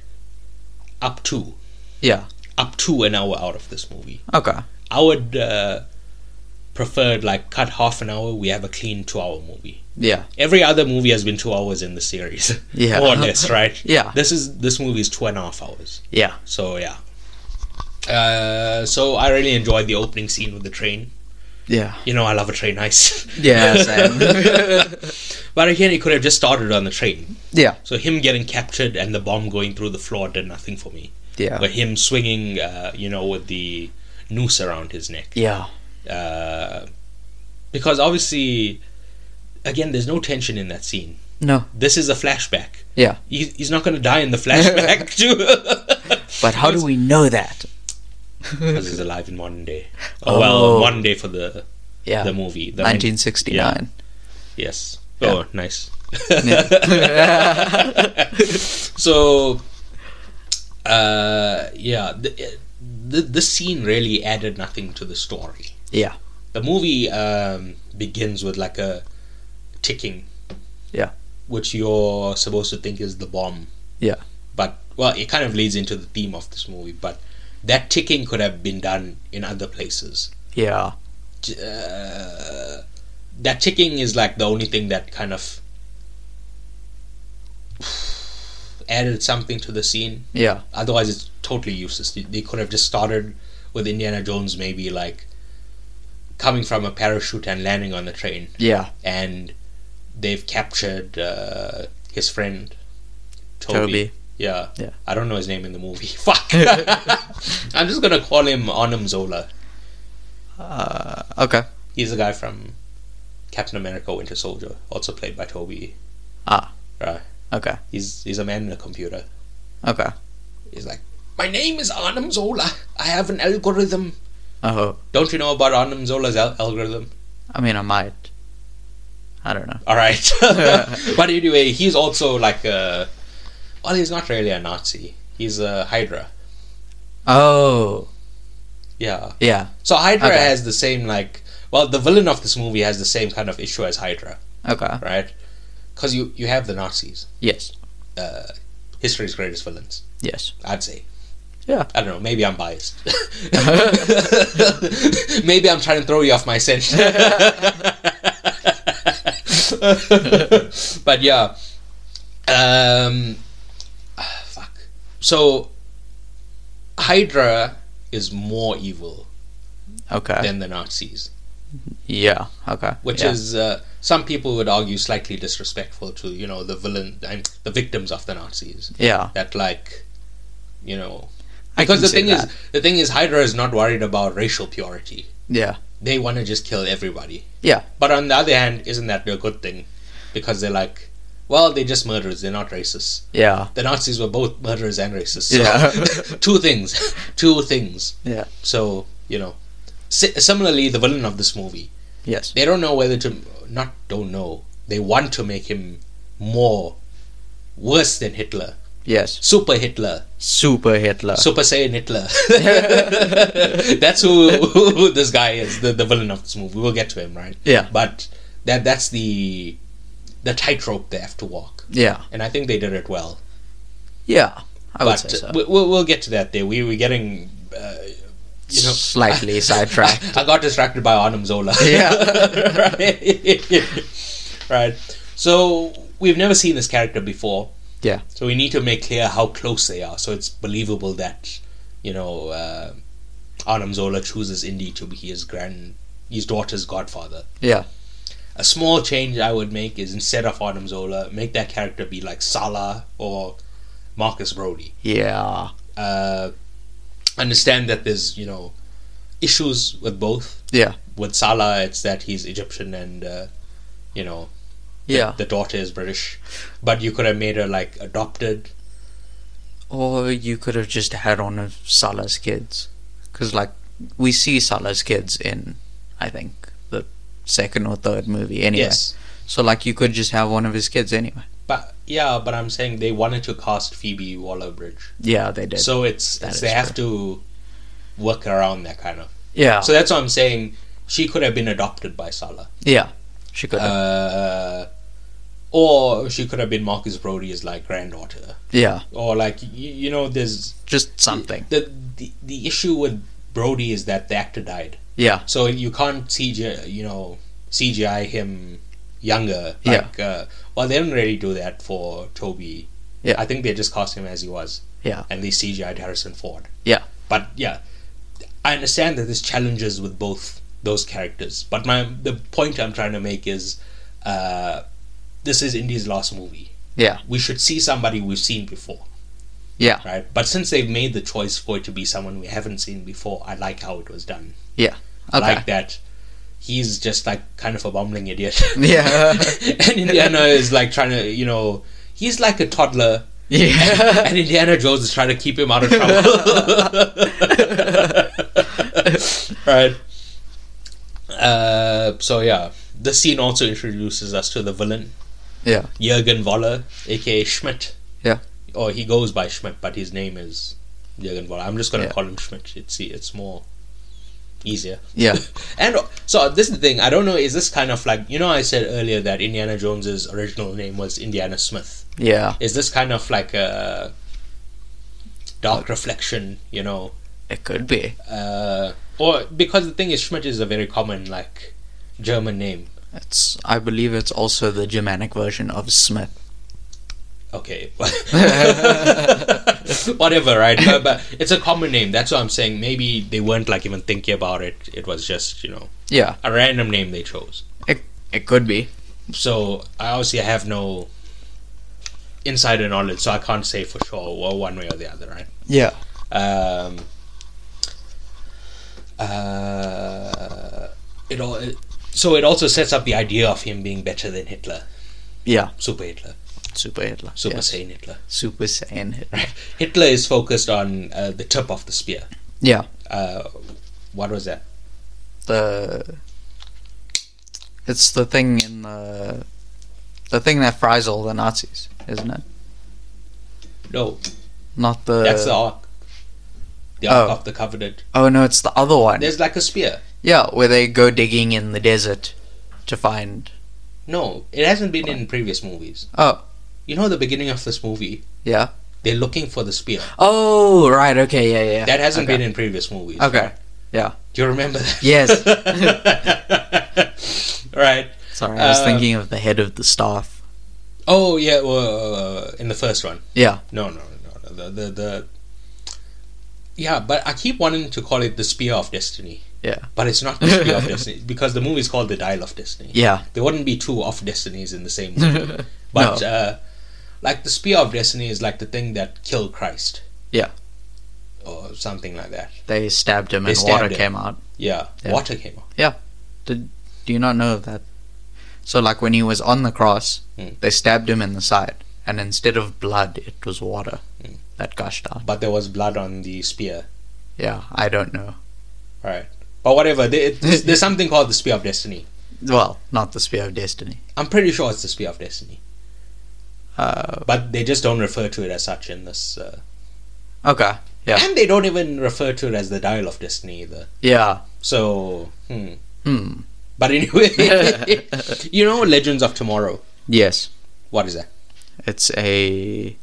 up to
Yeah.
up to an hour out of this movie
Okay.
i would uh prefer like cut half an hour we have a clean two hour movie
Yeah.
every other movie has been two hours in the series
Yeah.
more or less right
Yeah.
this is this movie is two and a half hours
Yeah.
so yeah uh so i really enjoyed the opening scene with the train
Yeah.
you know i love a train heist
Yeah, same.
but again it could have just started on the train
yeah.
So him getting captured and the bomb going through the floor did nothing for me.
Yeah.
But him swinging, uh, you know, with the noose around his neck,
Yeah.
uh, because obviously, again, there's no tension in that scene.
No.
This is a flashback.
Yeah.
He, he's not going to die in the flashback, too.
But how do we know that?
Because he's alive in modern day. Oh, well,
Oh.
modern day for the
Yeah.
the movie. The main-
1969.
Yes.
Yeah.
Oh, nice. so, uh, yeah, the, the the scene really added nothing to the story.
Yeah.
The movie um, begins with like a ticking.
Yeah.
Which you're supposed to think is the bomb.
Yeah.
But well, it kind of leads into the theme of this movie. But that ticking could have been done in other places
Yeah.
uh, that ticking is like the only thing that kind of added something to the scene.
Yeah.
Otherwise, it's totally useless. They- They could have just started with Indiana Jones, maybe like coming from a parachute and landing on the train,
Yeah.
and they've captured uh, his friend Toby.
Toby.
Yeah.
Yeah.
I don't know his name in the movie. Fuck. I'm just gonna call him Arnim Zola.
Uh, okay.
He's the guy from Captain America: Winter Soldier, also played by Toby.
Ah.
right.
Okay.
He's he's a man in a computer.
Okay.
He's like, my name is Arnim Zola. I have an algorithm.
Oh,
Don't you know about Arnim Zola's al- algorithm?
I mean, I might. I don't know.
All right. but anyway, he's also like a. Well, he's not really a Nazi. He's a Hydra.
Oh,
Yeah.
yeah.
So Hydra
Okay.
has the same like. Well, the villain of this movie has the same kind of issue as Hydra,
Okay.
right? Because you you have the Nazis,
Yes.
uh, history's greatest villains.
Yes.
I'd say.
Yeah.
I don't know. Maybe I'm biased. maybe I'm trying to throw you off my scent. but yeah. Um, ah, fuck. So, Hydra is more evil
Okay.
than the Nazis,
yeah. Okay.
which
Ah. yeah.
is uh, some people would argue slightly disrespectful to you know the villain and the victims of the Nazis
yeah.
that like you know
I
because
can
the
see
thing is,
that.
the thing is hydra is not worried about racial purity
Yeah.
they want to just kill everybody
Yeah.
but on the other hand isn't that a good thing because they're like Well, they're just murderers. They're not racists.
Yeah.
The Nazis were both murderers and racists. So
Yeah.
two things. two things.
Yeah.
So, you know. Si- similarly, the villain of this movie,
Yes.
they don't know whether to. Not don't know. They want to make him more. Worse than Hitler.
Yes.
Super Hitler.
Super Hitler.
Super Saiyan Hitler. that's who, who this guy is, the, the villain of this movie. We'll get to him, right?
Yeah.
But that that's the the tightrope they have to walk,
yeah.
and I think they did it well.
Yeah. I would
but
say so.
we, we'll, we'll get to that. There, we we're getting. Uh, you know,
Slightly sidetracked.
I got distracted by Arnim Zola.
Yeah.
right. right. So we've never seen this character before.
Yeah.
So we need to make clear how close they are, so it's believable that, you know, uh, Arnim Zola chooses Indy to be his grand, his daughter's godfather.
Yeah.
A small change I would make is instead of Arnim Zola, make that character be like Salah or Marcus Brody.
Yeah.
Uh, understand that there's you know issues with both.
Yeah.
With Salah, it's that he's Egyptian and uh, you know
Yeah.
the daughter is British, but you could have made her like adopted.
Or you could have just had one of Salah's kids. Because, like, we see Salah's kids in, I think, the second or third movie anyway.
Yes.
So, like, you could just have one of his kids anyway.
But yeah, but I'm saying they wanted to cast Phoebe Waller-Bridge,
Yeah, they did.
so it's,
That
it's
is
they have to work around that kind of.
yeah.
So that's what I'm saying. She could have been adopted by Salah,
yeah. She could have.
uh, or she could have been Marcus Brody's like granddaughter,
yeah.
or like you, you know, there's
Just something.
the, the the issue with Brody is that the actor died,
Yeah.
so you can't CGI you know CGI him younger.
Yeah.
Like, uh, well, they didn't really do that for Toby.
Yeah.
I think they just cast him as he was.
Yeah.
And they CGI'd Harrison Ford.
Yeah.
But yeah, I understand that there's challenges with both those characters. But my the point I'm trying to make is, uh, this is Indy's last movie.
Yeah.
We should see somebody we've seen before,
Yeah.
right? But since they've made the choice for it to be someone we haven't seen before, I like how it was done. I
Okay.
Like that, he's just like kind of a bumbling idiot.
Yeah.
and Indiana is like trying to, you know, he's like a toddler
yeah.
and Indiana Jones is trying to keep him out of trouble. right. Uh, so yeah, the scene also introduces us to the villain
yeah.
Jürgen Woller, aka Schmidt.
Yeah.
Or he goes by Schmidt, but his name is Jürgen Woller. I'm just gonna
Yeah.
call him Schmidt. It's e, it's more easier.
Yeah.
And so this is the thing. I don't know. Is this kind of like you know I said earlier that Indiana Jones's original name was Indiana Smith
Yeah.
is this kind of like a dark
Uh,
reflection, you know?
It could be.
Uh, or because the thing is, Schmidt is a very common like German name.
It's. I believe it's also the Germanic version of Smith.
Okay, whatever, right? But, but it's a common name. That's what I'm saying. Maybe they weren't like even thinking about it. It was just you know
Yeah.
a random name they chose.
It. It could be.
So I obviously have no insider knowledge, so I can't say for sure well, one way or the other, right?
Yeah.
um, uh, it all it, so it also sets up the idea of him being better than Hitler,
Yeah.
super Hitler,
Super Hitler.
super
yes.
sane Hitler.
Super Saiyan Hitler.
Hitler is focused on uh, the tip of the spear.
Yeah.
Uh, what was that?
The. It's the thing in the. The thing that fries all the Nazis, isn't it?
No,
Not the.
that's the ark. The ark
Oh.
of the covenant.
oh no, it's the other one.
There's like a spear.
Yeah, where they go digging in the desert to find.
No, it hasn't been in previous movies.
Oh.
You know the beginning of this movie,
Yeah.
they're looking for the spear.
Oh right. Okay. Yeah. Yeah.
That hasn't
okay.
been in previous movies.
Okay.
Do you remember that?
Yes.
right.
Sorry, I was
Uh,
thinking of the head of the staff.
Oh yeah. Well, uh, in the first one.
Yeah.
No, no, no. no the, the the. Yeah, but I keep wanting to call it the Spear of Destiny.
Yeah.
But it's not the Spear of Destiny because the movie's called the Dial of Destiny.
Yeah.
There wouldn't be two of destinies in the same movie. But
No.
uh, like the Spear of Destiny is like the thing that killed Christ.
Yeah.
Or something like that.
They stabbed him
They
and
stabbed
water
him.
came out.
Yeah.
Yeah.
Water came out.
Do you not know of that? So, like when he was on the cross,
Mm.
they stabbed him in the side, and instead of blood, it was water
Mm.
that gushed out.
But there was blood on the spear.
Yeah, I don't know.
But whatever, there, there's, there's something called the Spear of Destiny.
Well, not the spear of destiny.
I'm pretty sure it's the Spear of Destiny.
Uh,
But they just don't refer to it as such in this. Uh,
okay. Yeah.
And they don't even refer to it as the Dial of Destiny either.
Yeah.
So, hmm.
Hmm.
But anyway, you know Legends of Tomorrow?
Yes,
What is that?
it's a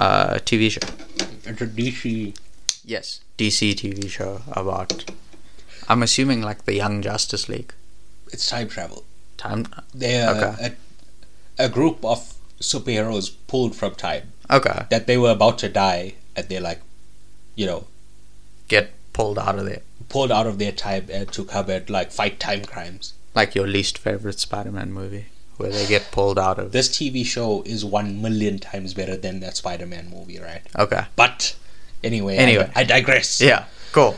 uh, TV show.
It's a DC.
Yes, DC TV show about. I'm assuming like the Young Justice League.
It's time travel.
Time.
They're
Okay.
a, a group of superheroes pulled from time
Okay.
that they were about to die and they're like, you know,
Get pulled out of there.
pulled out of their time and to come and like fight time crimes.
Like your least favorite Spider-Man movie, where they get pulled out of.
This TV show is one million times better than that Spider Man movie, right?
Okay.
But anyway,
Anyway.
I, I digress.
Yeah. Cool.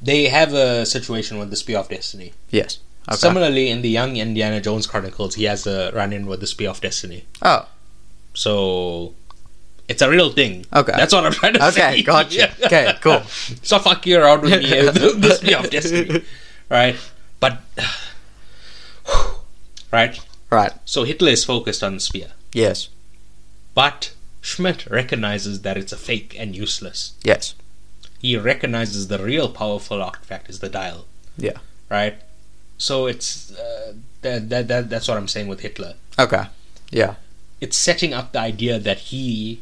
They have a situation with the Spear of Destiny.
Yes. Okay.
Similarly, in the Young Indiana Jones Chronicles, he has a run in with the Spear of Destiny.
oh.
So it's a real thing.
Okay.
That's what I'm trying to say.
Okay. Gotcha.
Yeah.
Okay. Cool.
Stop fucking around with me. uh, the the Spear of Destiny. Right? But. right?
Right.
So Hitler is focused on the spear.
Yes.
But Schmidt recognizes that it's a fake and useless.
Yes.
He recognizes the real powerful artifact is the dial.
Yeah.
Right? So it's. Uh, that, that, that, that's what I'm saying with Hitler.
Okay.
it's setting up the idea that he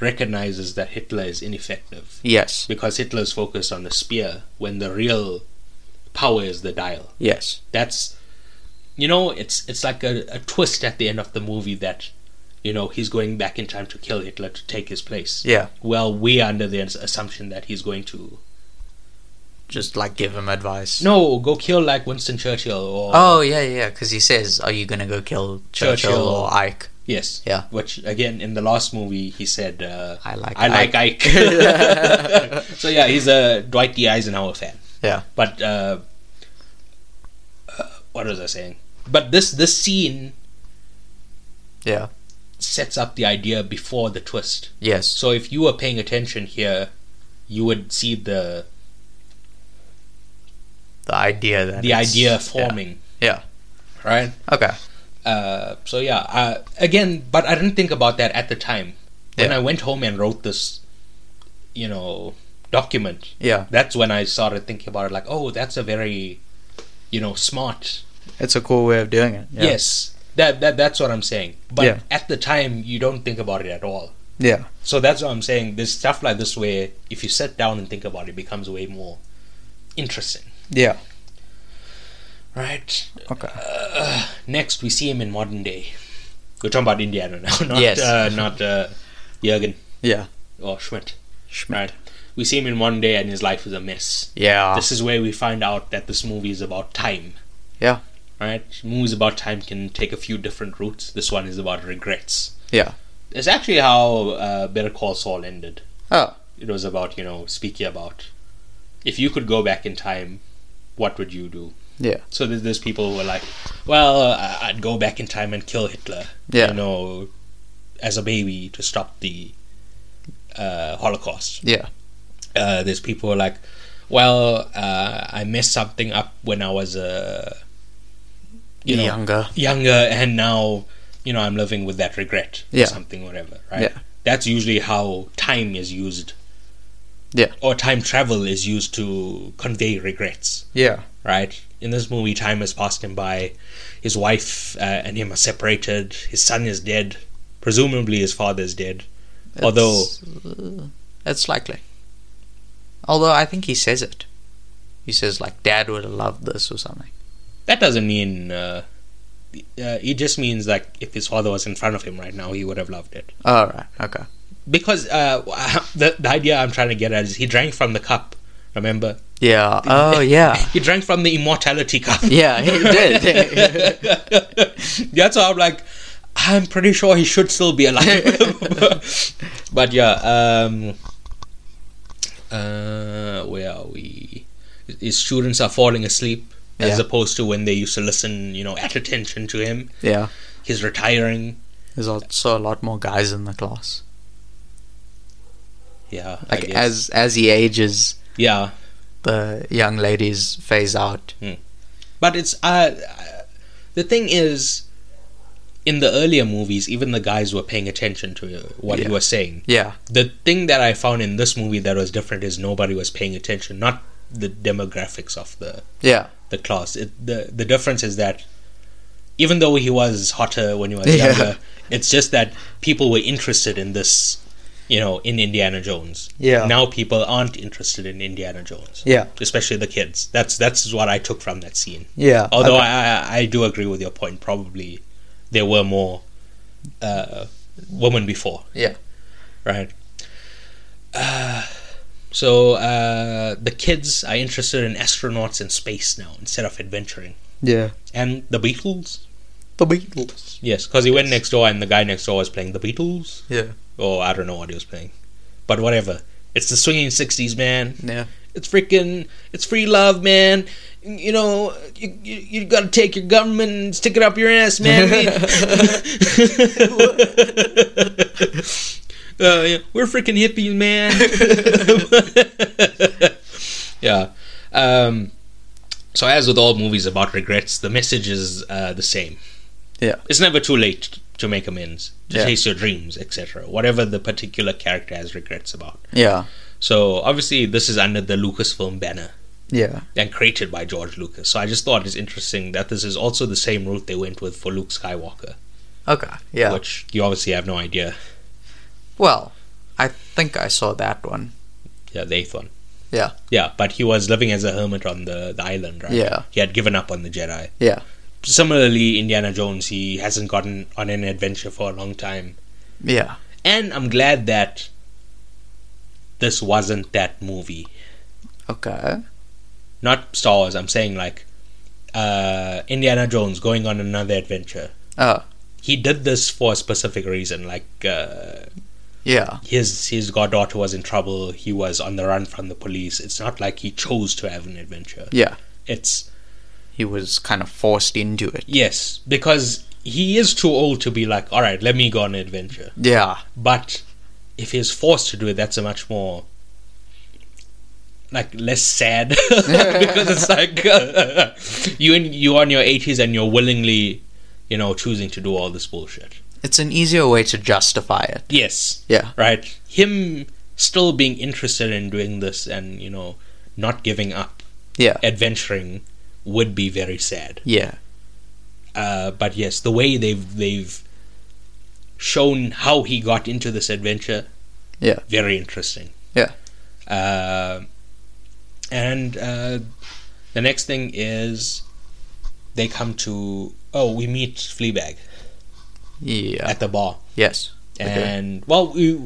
recognizes that Hitler is ineffective
Yes.
because Hitler's focused on the spear when the real power is the dial.
Yes.
That's you know, it's it's like a, a twist at the end of the movie that you know he's going back in time to kill Hitler to take his place.
Yeah.
Well, we're under the assumption that he's going to
Just like give him advice.
no go kill like Winston Churchill or
Oh yeah, yeah. Because he says, "Are you gonna go kill Churchill,
Churchill.
or Ike?"
yes
Yeah.
Which again in the last movie he said uh,
I like.
I like Ike. so yeah, he's a Dwight D. Eisenhower fan.
Yeah.
But uh, uh, what was I saying? But this this scene
Yeah.
sets up the idea before the twist.
Yes.
So if you were paying attention here, you would see the
The idea that
the
it's-
idea
yeah.
forming.
Yeah.
Right.
Okay.
Uh, so yeah. Uh, again, but I didn't think about that at the time. When
Yeah.
I went home and wrote this, you know, document,
Yeah.
that's when I started thinking about it like, oh, that's a very, you know, smart.
It's a cool way of doing it. Yeah.
Yes. That, that that's what I'm saying. But
Yeah.
at the time you don't think about it at all.
Yeah.
So that's what I'm saying. There's stuff like this where if you sit down and think about it, it becomes way more interesting.
Yeah.
Right.
Okay.
Next we see him in modern day. We're talking about Indiana now, not
Yes.
uh, not uh, Jürgen
Yeah.
or Schmidt.
Schmidt.
Oh, Right. We see him in modern day and his life is a mess.
Yeah.
This is where we find out that this movie is about time.
Yeah.
Right? Movies about time can take a few different routes. This one is about regrets.
Yeah.
It's actually how uh, Better Call Saul ended.
Oh.
It was about, you know, speaking about if you could go back in time, what would you do?
Yeah.
So there's, there's people who are like, well, I- I'd go back in time and kill Hitler,
Yeah.
you know, as a baby to stop the uh, Holocaust
Yeah.
uh, there's people who are like, well, uh, I messed something up when I was uh, you know,
Younger.
younger, and now you know I'm living with that regret
Yeah.
or something, whatever. Right?
Yeah.
That's usually how time is used.
Yeah.
Or time travel is used to convey regrets.
Yeah.
Right? In this movie, time has passed him by. His wife uh, and him are separated. His son is dead. Presumably, his father is dead. Although-
It's- uh, it's likely. Although I think he says it. He says like Dad would have loved this or something.
That doesn't mean. Uh, uh, it just means like if his father was in front of him right now, he would have loved it.
All right. Okay.
Because uh, the the idea I'm trying to get at is he drank from the cup. Remember,
Yeah. Oh yeah.
he drank from the immortality cup.
Yeah, he did.
That's why I'm like, I'm pretty sure he should still be alive. but yeah, um, uh, where are we? His students are falling asleep. as
Yeah.
opposed to when they used to listen, you know, at attention to him.
Yeah.
He's retiring.
There's also a lot more guys in the class.
Yeah, I
Like
guess.
as as he ages,
yeah,
the young ladies phase out.
But it's uh, uh, the thing is, in the earlier movies, even the guys were paying attention to what
Yeah.
he was saying.
Yeah.
The thing that I found in this movie that was different is nobody was paying attention. Not the demographics of the
Yeah.
the class. It, the the difference is that even though he was hotter when he was
Yeah.
younger, it's just that people were interested in this. You know, in Indiana Jones.
Yeah.
Now people aren't interested in Indiana Jones,
Yeah.
especially the kids. That's that's what I took from that scene.
Yeah.
Although
Okay.
I, I I do agree with your point. Probably there were more uh, women before.
Yeah.
Right. Uh, so uh, the kids are interested in astronauts and space now instead of adventuring.
Yeah.
And the Beatles.
The Beatles.
Yes, because he went next door and the guy next door was playing the Beatles.
Yeah.
Or I don't know what he was playing. But whatever. It's the swinging 60s, man.
Yeah.
It's freaking, it's free love, man. You know, you, you, you gotta take your government and stick it up your ass, man. We- Uh, yeah, we're freaking hippies, man. yeah. Um, so, as with all movies about regrets, the message is uh, the same.
Yeah.
It's never too late to make amends, to
Yeah.
chase your dreams, etc. Whatever the particular character has regrets about.
Yeah.
So obviously, this is under the Lucasfilm banner
Yeah.
and created by George Lucas. So I just thought it's interesting that this is also the same route they went with for Luke Skywalker,
Okay. Yeah.
which you obviously have no idea.
Well, I think I saw that one.
Yeah, the eighth one.
Yeah.
Yeah, but he was living as a hermit on the, the island, right?
Yeah.
He had given up on the Jedi.
Yeah.
Similarly, Indiana Jones, he hasn't gotten on an adventure for a long time.
Yeah.
And I'm glad that this wasn't that movie.
Okay.
Not Star Wars, I'm saying like uh, Indiana Jones going on another adventure.
Oh.
he did this for a specific reason. Like uh,
Yeah.
his his goddaughter was in trouble. He was on the run from the police. It's not like he chose to have an adventure.
Yeah.
It's
He was kind of forced into it.
yes, because he is too old to be like, all right, let me go on an adventure.
Yeah.
But if he is forced to do it, that's a much more like less sad because it's like you in, you on your eighties and you're willingly, you know, choosing to do all this bullshit.
It's an easier way to justify it.
Yes,
Yeah.
right? Him still being interested in doing this and, you know, not giving up,
Yeah.
adventuring would be very sad.
Yeah.
Uh, but yes, the way they've they've shown how he got into this adventure,
Yeah.
very interesting.
Yeah.
Uh, and uh, the next thing is they come to oh we meet Fleabag
Yeah.
at the bar
Yes. Okay.
and well we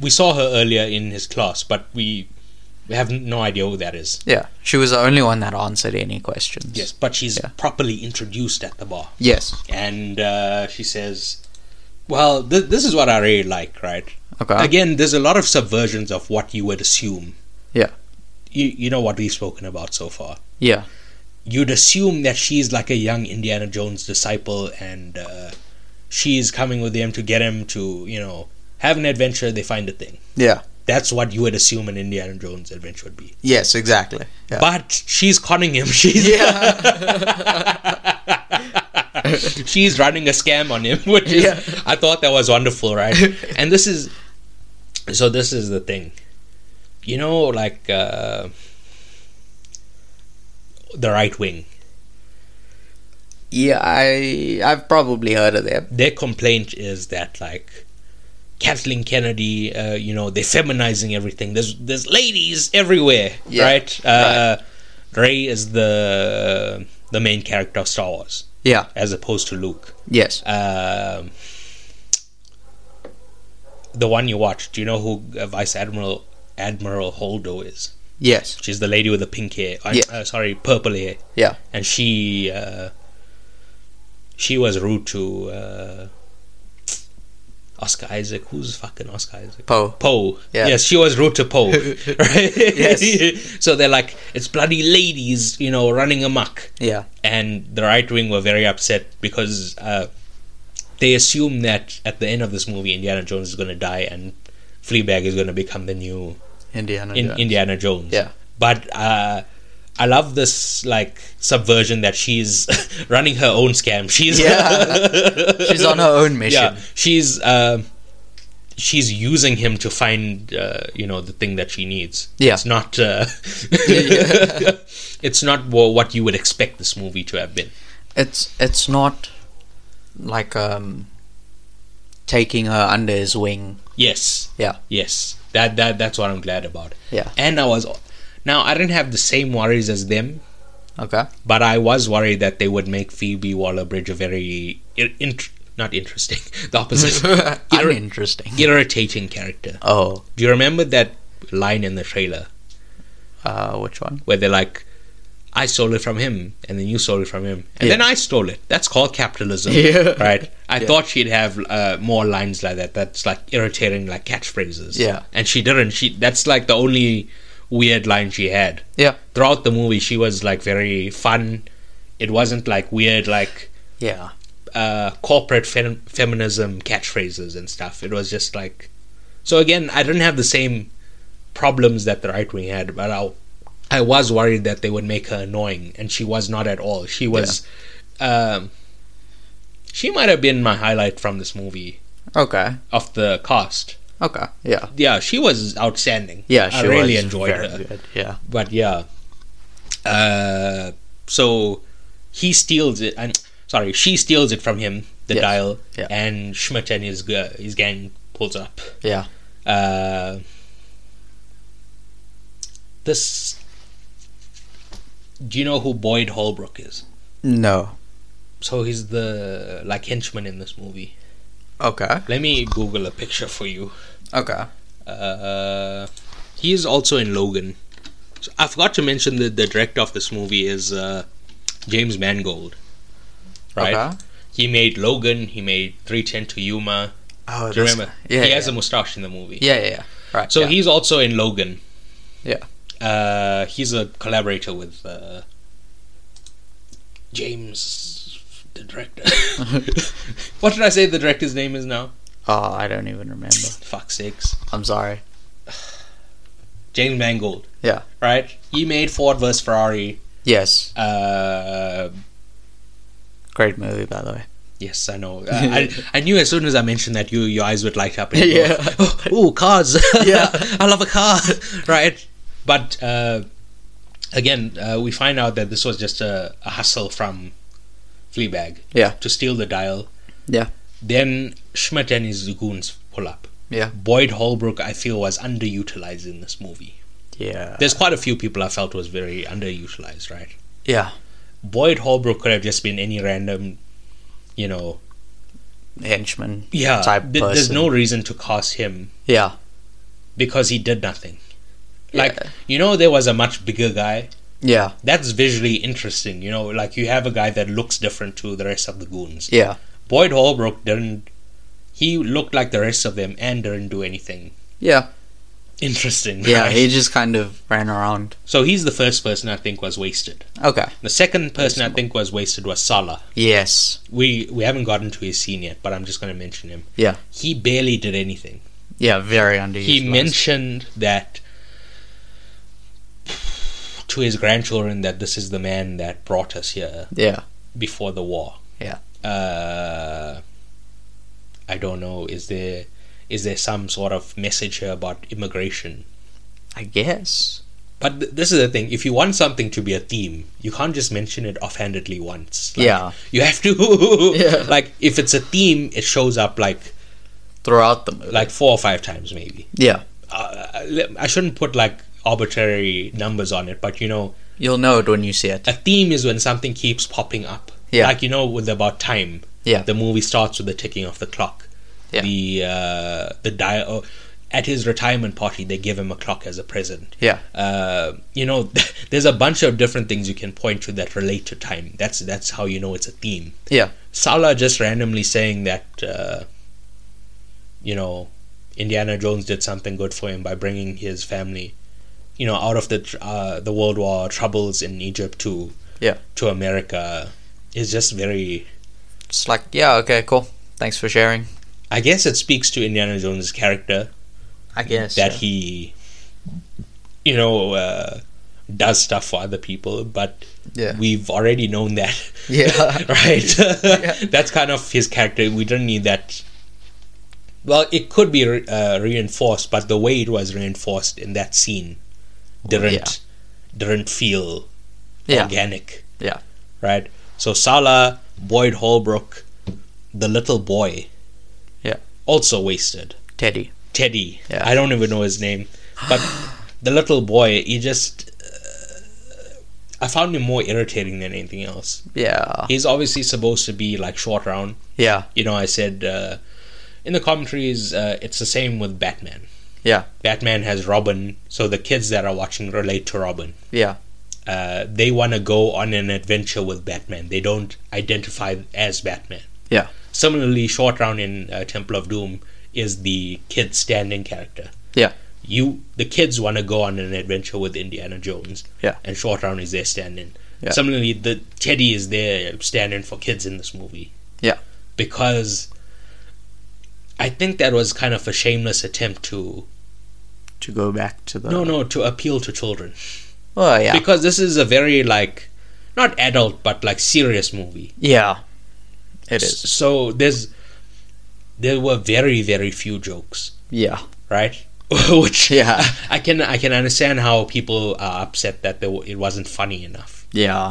we saw her earlier in his class but we we have no idea who that is
Yeah. She was the only one that answered any questions.
yes but she's
Yeah.
properly introduced at the bar
Yes.
and uh, she says well th- this is what i really like right
Okay.
again there's a lot of subversions of what you would assume
Yeah.
you, you know what we've spoken about so far
Yeah.
you'd assume that she's like a young indiana jones disciple and uh, she's coming with him to get him to you know have an adventure they find a thing
Yeah.
That's what you would assume an Indiana Jones adventure would be.
Yes, exactly. Yeah.
But she's conning him. She's she's running a scam on him, which is
Yeah.
I thought that was wonderful, right? and this is so this is the thing. You know, like uh, the right wing.
yeah, I I've probably heard of them.
Their complaint is that like Kathleen Kennedy, uh, you know, they're feminizing everything. There's there's ladies everywhere,
Yeah,
right? Uh, Ray is the the main character of Star Wars,
Yeah.
as opposed to Luke.
Yes.
Um, the one you watched, do you know who uh, Vice Admiral Admiral Holdo is?
Yes.
She's the lady with the pink hair. Uh,
Yeah.
uh, sorry, purple hair,
Yeah.
and she uh, she was rude to. Uh, Oscar Isaac. Who's fucking Oscar Isaac?
Poe.
Poe.
Yeah.
Yes, she was Ruta Poe. Right?
Yes.
so they're like, it's bloody ladies, you know, running amok.
Yeah.
And the right wing were very upset because uh, they assume that at the end of this movie, Indiana Jones is going to die and Fleabag is going to become the new
Indiana.
in-
Jones.
Indiana Jones.
Yeah.
But uh, I love this like subversion that she's running her own scam. She's
Yeah. She's on her own mission.
yeah, she's um she's using him to find uh, you know the thing that she needs.
Yeah.
it's not uh, it's not wha- what you would expect this movie to have been.
It's it's not like um taking her under his wing.
Yes,
Yeah.
yes, that that that's what I'm glad about.
Yeah.
and I was now I didn't have the same worries as them.
Okay.
But I was worried that they would make Phoebe Waller-Bridge a very ir- int- not interesting, the opposite, Irri-
Uninteresting.
irritating character.
Oh,
Do you remember that line in the trailer
uh, which one?
where they're like, "I stole it from him, and then you stole it from him, and
Yeah.
then I stole it"? That's called capitalism,
Yeah.
right? I
Yeah.
thought she'd have uh, more lines like that. That's like irritating, like catchphrases.
Yeah.
and she didn't. She that's like the only weird line she had.
Yeah.
throughout the movie she was like very fun it wasn't like weird like
Yeah.
uh corporate fem- feminism catchphrases and stuff it was just like so again i didn't have the same problems that the right wing had but i i was worried that they would make her annoying and she was not at all she was um she might have been my highlight from this movie
Okay.
of the cast
Okay. Yeah.
yeah she was outstanding
Yeah.
i
She
really
was
enjoyed
very
her
Good. Yeah.
but yeah uh so he steals it and sorry she steals it from him the
Yes.
dial
Yeah.
and schmidt and his g- his gang pulls up
Yeah.
uh this do you know who boyd holbrook is
No.
so he's the like henchman in this movie
Okay.
let me google a picture for you
Okay.
Uh, he is also in Logan. So I forgot to mention that the director of this movie is uh, James Mangold. Right?
Okay.
He made Logan. He made 310 to Yuma.
Oh,
Do you
this-
remember?
Yeah.
he
yeah.
has a mustache in the movie.
yeah. Yeah. Yeah. Right.
So
yeah.
he's also in Logan.
Yeah.
Uh, he's a collaborator with uh, James, the director. what did I say the director's name is now?
Oh, I don't even remember.
Fuck sakes.
I'm sorry.
James Mangold.
Yeah.
Right? He made Ford vs. Ferrari.
Yes.
Uh,
Great movie, by the way.
yes, I know. Uh, I, I knew as soon as I mentioned that, you your eyes would light up. And you'd
Yeah.
Go, oh, ooh, cars.
Yeah.
I love a car. right. But uh, again, uh, we find out that this was just a, a hustle from Fleabag
Yeah.
to steal the dial.
Yeah.
Then Schmidt and his goons pull up.
Yeah.
Boyd Holbrook, I feel, was underutilized in this movie.
Yeah.
There's quite a few people I felt was very underutilized, right?
Yeah.
Boyd Holbrook could have just been any random, you know,
Henchman.
yeah.
Type
th- there's
person.
no reason to cast him
Yeah.
because he did nothing. Like
Yeah.
you know, there was a much bigger guy.
Yeah.
That's visually interesting. You know, like you have a guy that looks different to the rest of the goons.
Yeah.
Boyd Holbrook didn't. He looked like the rest of them and didn't do anything
Yeah.
interesting.
Yeah.
right?
He just kind of ran around.
so he's the first person I think was wasted.
Okay.
The second person I think was wasted was Salah.
Yes.
We we haven't gotten to his scene yet, but I'm just going to mention him.
Yeah.
He barely did anything.
Yeah. Very underutilized.
he mentioned that to his grandchildren that this is the man that brought us here
Yeah.
before the war.
Yeah.
Uh, I don't know. Is there is there some sort of message here about immigration?
I guess.
But th- this is the thing. If you want something to be a theme, you can't just mention it offhandedly once. Like,
Yeah.
You have to.
Yeah.
Like if it's a theme, it shows up like
Throughout the movie.
like four or five times maybe.
yeah.
uh, I- I shouldn't put like arbitrary numbers on it, but you know,
You'll know it when you see it.
a theme is when something keeps popping up.
Yeah.
Like you know, with about time.
Yeah.
The movie starts with the ticking of the clock.
Yeah.
The uh, the dial. Oh, at his retirement party, they give him a clock as a present.
Yeah.
Uh, you know, there's a bunch of different things you can point to that relate to time. That's that's how you know it's a theme.
Yeah.
Salah just randomly saying that uh, you know, Indiana Jones did something good for him by bringing his family, you know, out of the tr- uh, the World War troubles in Egypt to
Yeah.
to America. It's just very.
It's like, yeah, okay, cool. Thanks for sharing.
I guess it speaks to Indiana Jones' character
I guess.
that he, you know, uh, does stuff for other people, but
Yeah.
we've already known that,
Yeah.
right?
Yeah.
That's kind of his character. We don't need that. Well, it could be re- uh, reinforced, but the way it was reinforced in that scene didn't didn't feel
yeah.
organic.
Yeah.
Right. So Salah, Boyd Holbrook, the little boy.
Yeah.
Also wasted.
Teddy.
Teddy.
Yeah.
I don't even know his name, but the little boy, he just. Uh, I found him more irritating than anything else.
Yeah.
He's obviously supposed to be like short round.
Yeah.
You know, I said uh, in the commentaries, uh, it's the same with Batman.
Yeah.
Batman has Robin, so the kids that are watching relate to Robin.
Yeah.
Uh, they want to go on an adventure with Batman. They don't identify as Batman.
Yeah.
Similarly, Short Round in uh, Temple of Doom is the kid standing character.
Yeah.
You, the kids want to go on an adventure with Indiana Jones.
Yeah.
And Short Round is their stand-in.
Yeah.
Similarly, the Teddy is their stand-in for kids in this movie.
Yeah.
Because I think that was kind of a shameless attempt to
To go back to the.
no, no, to appeal to children.
Oh, Uh-huh. yeah.
because this is a very like not adult but like serious movie
yeah. It is.
S- so there's there were very very few jokes
Yeah.
right which
Yeah.
i can i can understand how people are upset that there, w- it wasn't funny enough
Yeah.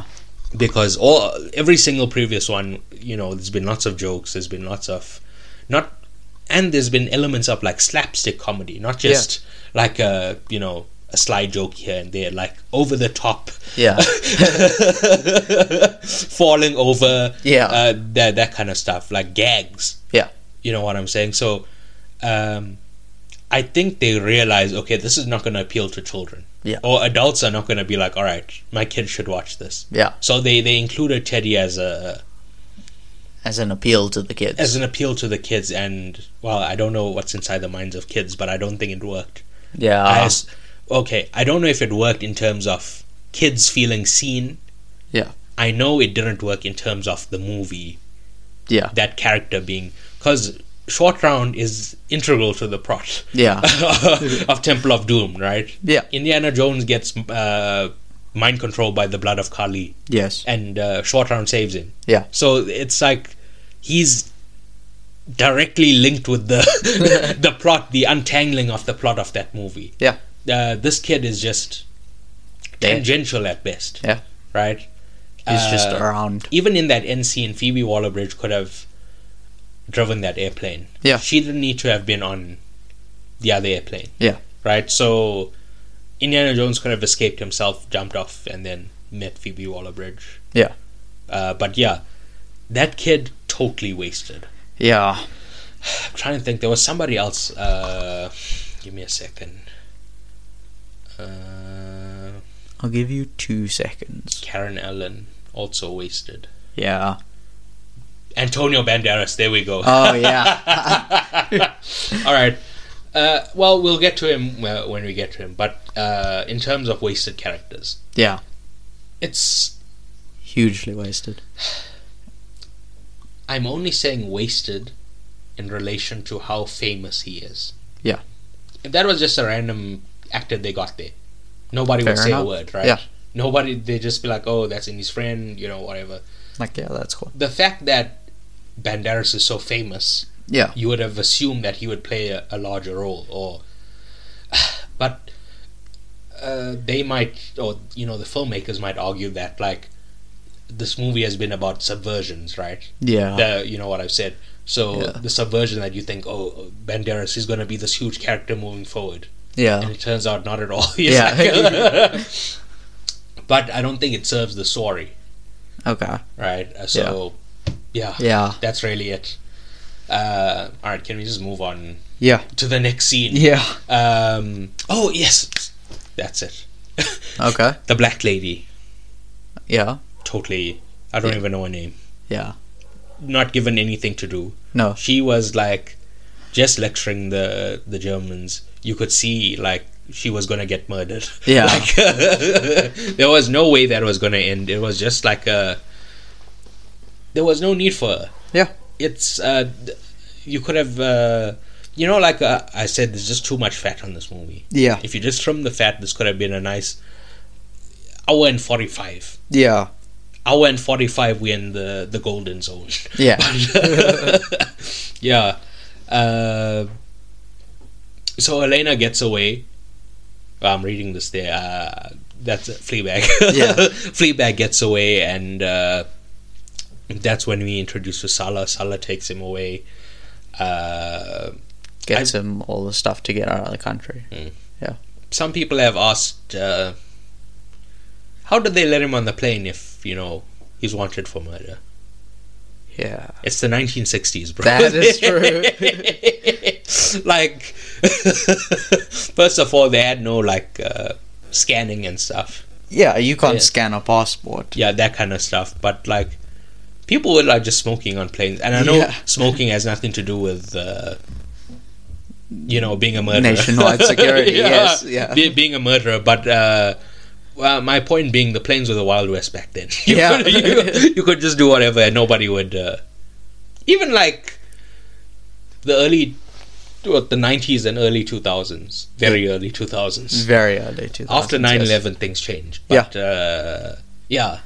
because all every single previous one you know there's been lots of jokes there's been lots of not and there's been elements of like slapstick comedy not just like a you know a sly joke here and there like over the top
Yeah.
falling over,
Yeah.
uh, that that kind of stuff, like gags.
Yeah.
you know what I'm saying. So, um, I think they realize, okay, this is not going to appeal to children.
Yeah.
or adults are not going to be like, all right, my kid should watch this.
Yeah.
So they they included Teddy as a
As an appeal to the kids.
as an appeal to the kids, and well, I don't know what's inside the minds of kids, but I don't think it worked.
yeah.
I as- okay, I don't know if it worked in terms of kids feeling seen.
Yeah.
I know it didn't work in terms of the movie
yeah.
that character being because short round is integral to the plot
Yeah.
of temple of doom right
Ah. Yeah.
indiana jones gets uh, mind controlled by the blood of kali
Yes.
and uh, short round saves him
Yeah.
so it's like he's directly linked with the the plot the untangling of the plot of that movie
Yeah.
uh, this kid is just
Yeah.
tangential at best
Yeah.
right
He's just
Uh,
around.
even in that end scene, Phoebe Waller Bridge could have driven that airplane.
Yeah.
She didn't need to have been on the other airplane.
Yeah.
Right? So Indiana Jones could have escaped himself, jumped off, and then met Phoebe Waller Bridge.
Yeah.
Uh, but yeah, that kid totally wasted.
Yeah.
I'm trying to think. There was somebody else. Uh, give me a second. Uh,
I'll give you two seconds.
Karen Allen also wasted.
Yeah.
Antonio Banderas. There we go.
Oh yeah.
All right. Uh, well, we'll get to him uh, when we get to him. But uh, in terms of wasted characters,
yeah.
it's
Hugely wasted.
I'm only saying wasted in relation to how famous he is.
Yeah.
If that was just a random actor they got there, nobody would
Fair
say
enough.
a word, right?
Yeah.
Nobody. They just be like, "Oh, that's Indy's friend," you know, whatever.
Like yeah, that's cool.
The fact that Banderas is so famous
Yeah.
you would have assumed that he would play a, a larger role or but uh, they might or you know the filmmakers might argue that like this movie has been about subversions right
Yeah.
the, you know what i've said so
Yeah.
the subversion that you think oh banderas is going to be this huge character moving forward and
yeah.
it turns out not at all He's
Yeah.
like- but i don't think it serves the story
Okay.
right Uh, so yeah,
Yeah.
that's really it uh, all right can we just move on
Yeah.
to the next scene.
Yeah.
Um, oh yes, that's it.
Okay.
The black lady,
Yeah.
totally. I don't
Yeah.
even know her name.
Yeah.
Not given anything to do.
No.
She was like just lecturing the the Germans, you could see like she was gonna get murdered.
Yeah.
like, there was no way that was gonna end. It was just like a. There was no need for her.
Yeah.
It's uh, th- you could have uh, you know like uh, I said, there's just too much fat on this movie.
Yeah.
If you just trim the fat, this could have been a nice hour and forty five.
Yeah.
Hour and forty five, we're in the the golden zone.
Yeah.
yeah. Uh, so Elena gets away. Well, I'm reading this there. Uh, that's it, Fleabag.
Yeah.
Fleabag gets away, and uh, that's when we introduce to Salah. Salah takes him away. Uh,
Gets him all the stuff to get out of the country.
some people have asked, uh, how did they let him on the plane if you know he's wanted for murder?
Yeah.
It's the 1960s, bro.
That is
true. like, first of all, they had no like uh, scanning and stuff.
Yeah, you can't
Yeah.
scan a passport.
Yeah, that kind of stuff. But like, people were like just smoking on planes, and I know
Yeah.
smoking has nothing to do with. Uh, you know, being a murderer.
Nationwide security, yes, yeah.
Be- being a murderer, but uh, well, my point being, the planes were the Wild West back then. You
Yeah.
could, you, you could just do whatever, and nobody would. Uh, even like the early what, the 90s and early 2000s very early 2000s
Very early 2000s.
after
yes.
9-11 things changed but yeah. Uh, yeah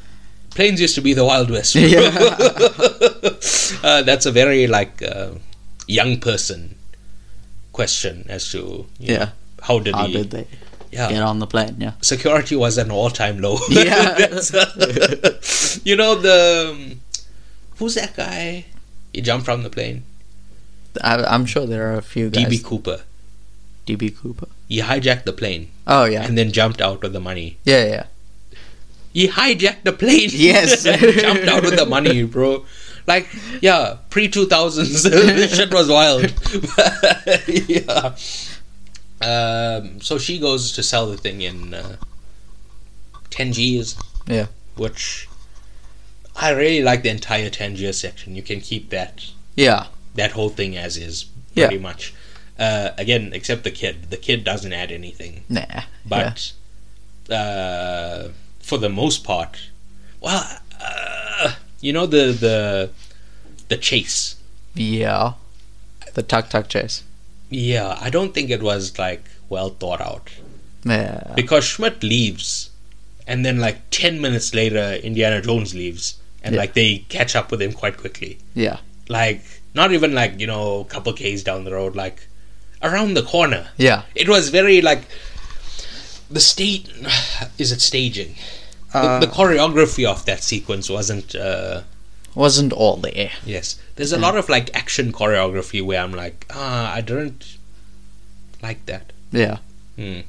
planes used to be the wild west uh, that's a very like uh, young person question as to you
Yeah.
know, how did
How
he
did they
yeah
get on the plane? Yeah.
security was an all-time low
Yeah.
That's, uh, you know the um, who's that guy he jumped from the plane
I, I'm sure there are a few guys.
db cooper
DB Cooper.
he hijacked the plane
Oh, yeah.
and then jumped out with the money.
Yeah, yeah.
He hijacked the plane.
Yes.
and jumped out with the money, bro. Like, yeah, pre 2000s, this shit was wild. yeah. Um, so she goes to sell the thing in uh, 10Gs,
Yeah.
which I really like the entire 10G section. You can keep that
Yeah.
that whole thing as is,
Yeah.
pretty much. Uh, again, except the kid. The kid doesn't add anything
Nah.
but uh, for the most part, well, uh, you know the the the chase.
yeah. Yeah. The tuk tuk chase.
Yeah, I don't think it was like well thought out
Yeah.
because Schmidt leaves, and then like ten minutes later, Indiana Jones leaves, and
Yeah.
like they catch up with him quite quickly.
Yeah.
Like not even like you know a couple k's down the road, like around the corner.
Yeah.
It was very like the state. Is it staging?
Uh,
the, the choreography of that sequence wasn't uh
wasn't all there.
yes there's
Mm.
a lot of like action choreography where i'm like ah i didn't like that
Yeah.
Hmm.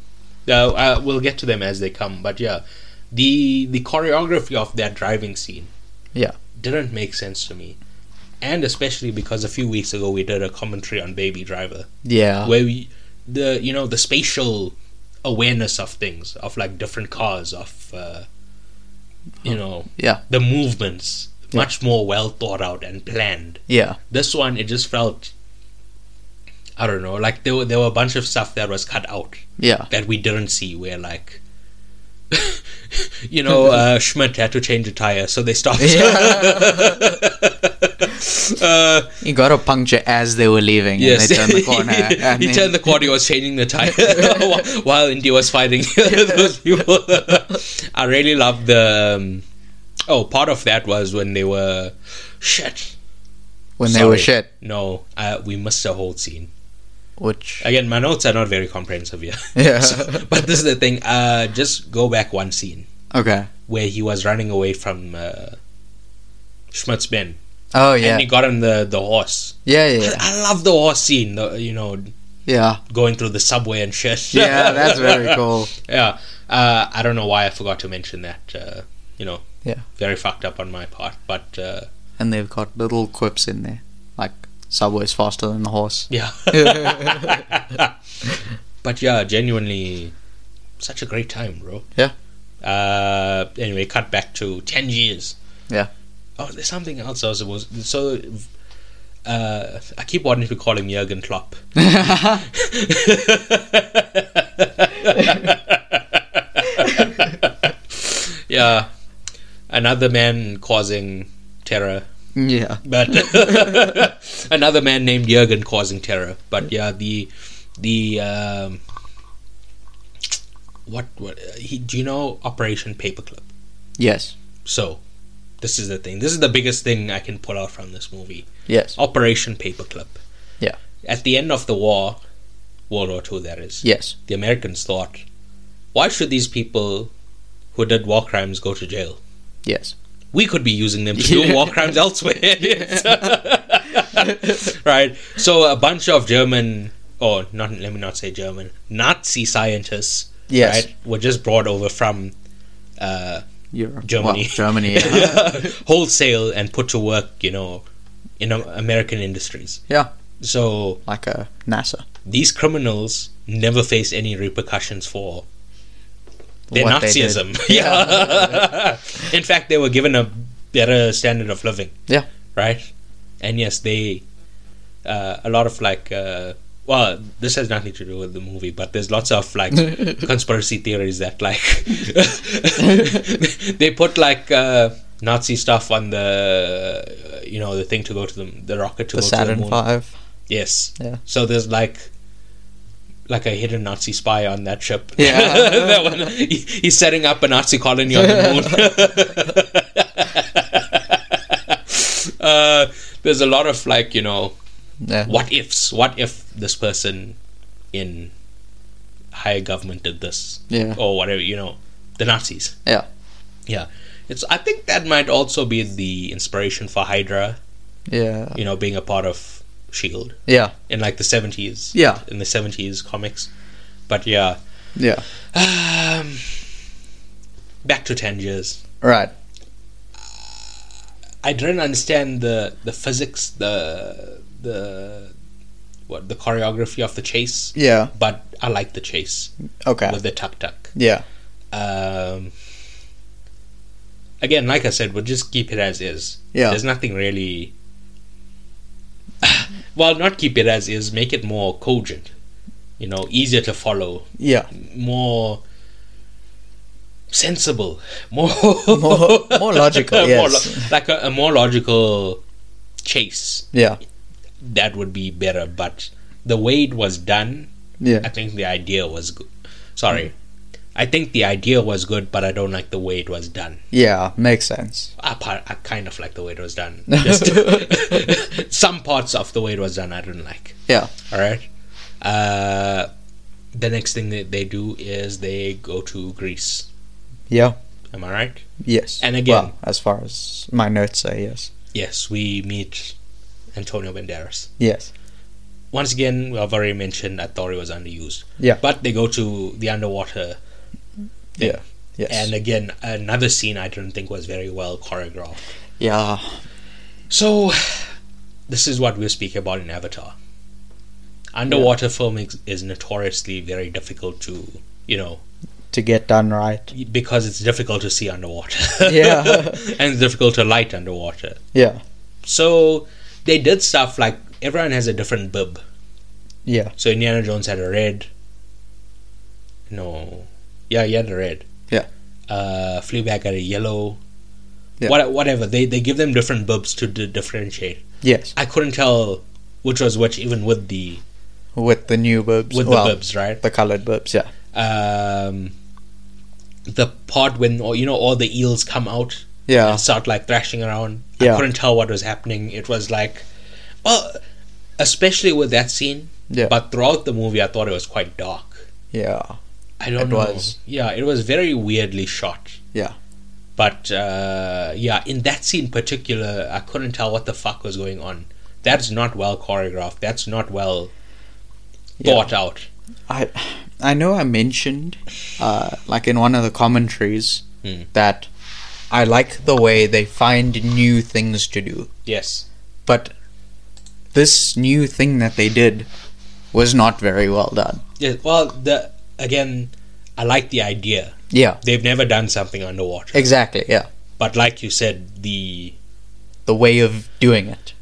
Now, uh, we'll get to them as they come but yeah the the choreography of that driving scene
Yeah.
didn't make sense to me and especially because a few weeks ago we did a commentary on baby driver
Yeah.
where we the you know the spatial awareness of things of like different cars of uh, you know
Yeah.
the movements much more well thought out and planned
Yeah.
this one it just felt i don't know like there were, there were a bunch of stuff that was cut out
Yeah.
that we didn't see where like you know uh, schmidt had to change a tire so they stopped uh,
You got to puncture as they were leaving
Yes,
and they turned the corner. and
he
then-
turned the corner. He was changing the tire whi- while India was fighting those people. I really loved the. Um, oh, part of that was when they were shit.
when they were
Sorry.
shit.
No, uh, we missed a whole scene.
Which.
Again, my notes are not very comprehensive here.
Yeah.
but this is the thing. Uh, just go back one scene
okay.
where he was running away from uh, Schmidt's men,
Oh,
and
yeah.
he got on the the horse.
Yeah, yeah.
I love the horse scene. The, you know,
Yeah.
going through the subway and shit.
Yeah, that's very cool.
Yeah, uh, I don't know why I forgot to mention that. Uh, you know,
Yeah.
very fucked up on my part. But uh,
And they've got little quips in there. Like, Subway's faster than the horse.
yeah, but yeah, genuinely, such a great time, bro.
Yeah.
Uh, anyway, cut back to ten years.
Yeah.
Oh, there's something else I was supposed. So, Uh, I keep wanting to call him Jurgen Klopp. yeah, another man causing terror,
yeah.
but another man named Jurgen causing terror. But yeah, the the um, what what uh, he, do you know Operation Paperclip?
Yes.
So this is the thing. This is the biggest thing I can pull out from this movie.
Yes.
Operation Paperclip.
Yeah.
At the end of the war, World War Two, that is,
Yes.
the Americans thought, why should these people who did war crimes go to jail?
Yes.
We could be using them to do war crimes elsewhere. right. So a bunch of German, or not, let me not say German, Nazi scientists,
Yes.
right, were just brought over from. Uh,
You're
Germany.
Well, Germany. Yeah.
wholesale and put to work, you know, in um, American industries.
Yeah.
So
like a NASA.
these criminals never face any repercussions for their
What they did.
Nazism. yeah. in fact, they were given a better standard of living,
Yeah.
right? And yes, they uh, a lot of like. Uh, well, this has nothing to do with the movie, but there's lots of like conspiracy theories that like they put like uh, Nazi stuff on the you know the thing to go to the the rocket to
The
go to the
Saturn
moon.
Five.
Yes.
Yeah.
So there's like like a hidden Nazi spy on that ship.
Yeah.
that one. He, he's setting up a Nazi colony on the moon. uh, there's a lot of like you know
Yeah.
what ifs. What if this person in higher government did this
Yeah.
or whatever you know the Nazis.
Yeah.
Yeah. It's. I think that might also be the inspiration for Hydra.
Yeah.
You know, being a part of Shield
Yeah.
in like the seventies.
Yeah.
in the seventies comics. But yeah,
Yeah.
um, back to Tangiers.
Right.
I didn't understand the the physics, the the what the choreography of the chase,
Yeah.
but I like the chase
Okay.
with the tuk tuk.
Yeah.
Um, again, like I said, we'll just keep it as is.
Yeah.
there's nothing really. well, not keep it as is. Make it more cogent. You know, easier to follow.
Yeah.
more sensible, more
More- more logical,
more
yes.
lo- like a, a more logical chase.
Yeah.
That would be better. But the way it was done, I
Yeah.
think the idea was good. Sorry, I think the idea was good, but I don't like the way it was done.
Yeah. Makes sense.
I, par- I kind of like the way it was done. Just some parts of the way it was done, I didn't like.
Yeah.
All right. Uh, the next thing that they do is they go to Greece.
Yeah.
Am I right?
Yes.
And again-
well, as far as my notes say, yes.
Yes, we meet Antonio Banderas.
Yes.
Once again, I've already mentioned that Thori was underused.
Yeah.
But they go to the underwater. thing.
Yeah, Yes.
And again, another scene I didn't think was very well choreographed.
yeah.
So, this is what we're speaking about in Avatar. Underwater filming is notoriously very difficult to, you know,
To get done right.
because it's difficult to see underwater.
Yeah.
and it's difficult to light underwater.
Yeah.
So, they did stuff like everyone has a different bib.
Yeah.
So Indiana Jones had a red. No, yeah, he had a red.
Yeah.
Uh, Fleabag had a yellow.
Yeah.
What, whatever they they give them different bibs to d- differentiate.
Yes.
I couldn't tell which was which even with the
With the new boobs.
with
well,
the bibs, right?
The colored boobs. Yeah.
Um, the part when all- you know all the eels come out
Yeah.
and start like thrashing around. I
Yeah.
couldn't tell what was happening. It was like, well, especially with that scene.
Yeah.
But throughout the movie, I thought it was quite dark.
Yeah.
I don't
It
know.
was.
Yeah, it was very weirdly shot.
Yeah.
But uh, yeah, in that scene in particular, I couldn't tell what the fuck was going on. That's not well choreographed. That's not well
Yeah.
thought out.
I I know I mentioned uh, like in one of the commentaries
Hmm.
that I like the way they find new things to do,
Yes.
but this new thing that they did was not very well done.
Yeah, well, the again, I like the idea.
Yeah,
They've never done something underwater.
exactly. Yeah,
But like you said, the
the way of doing it.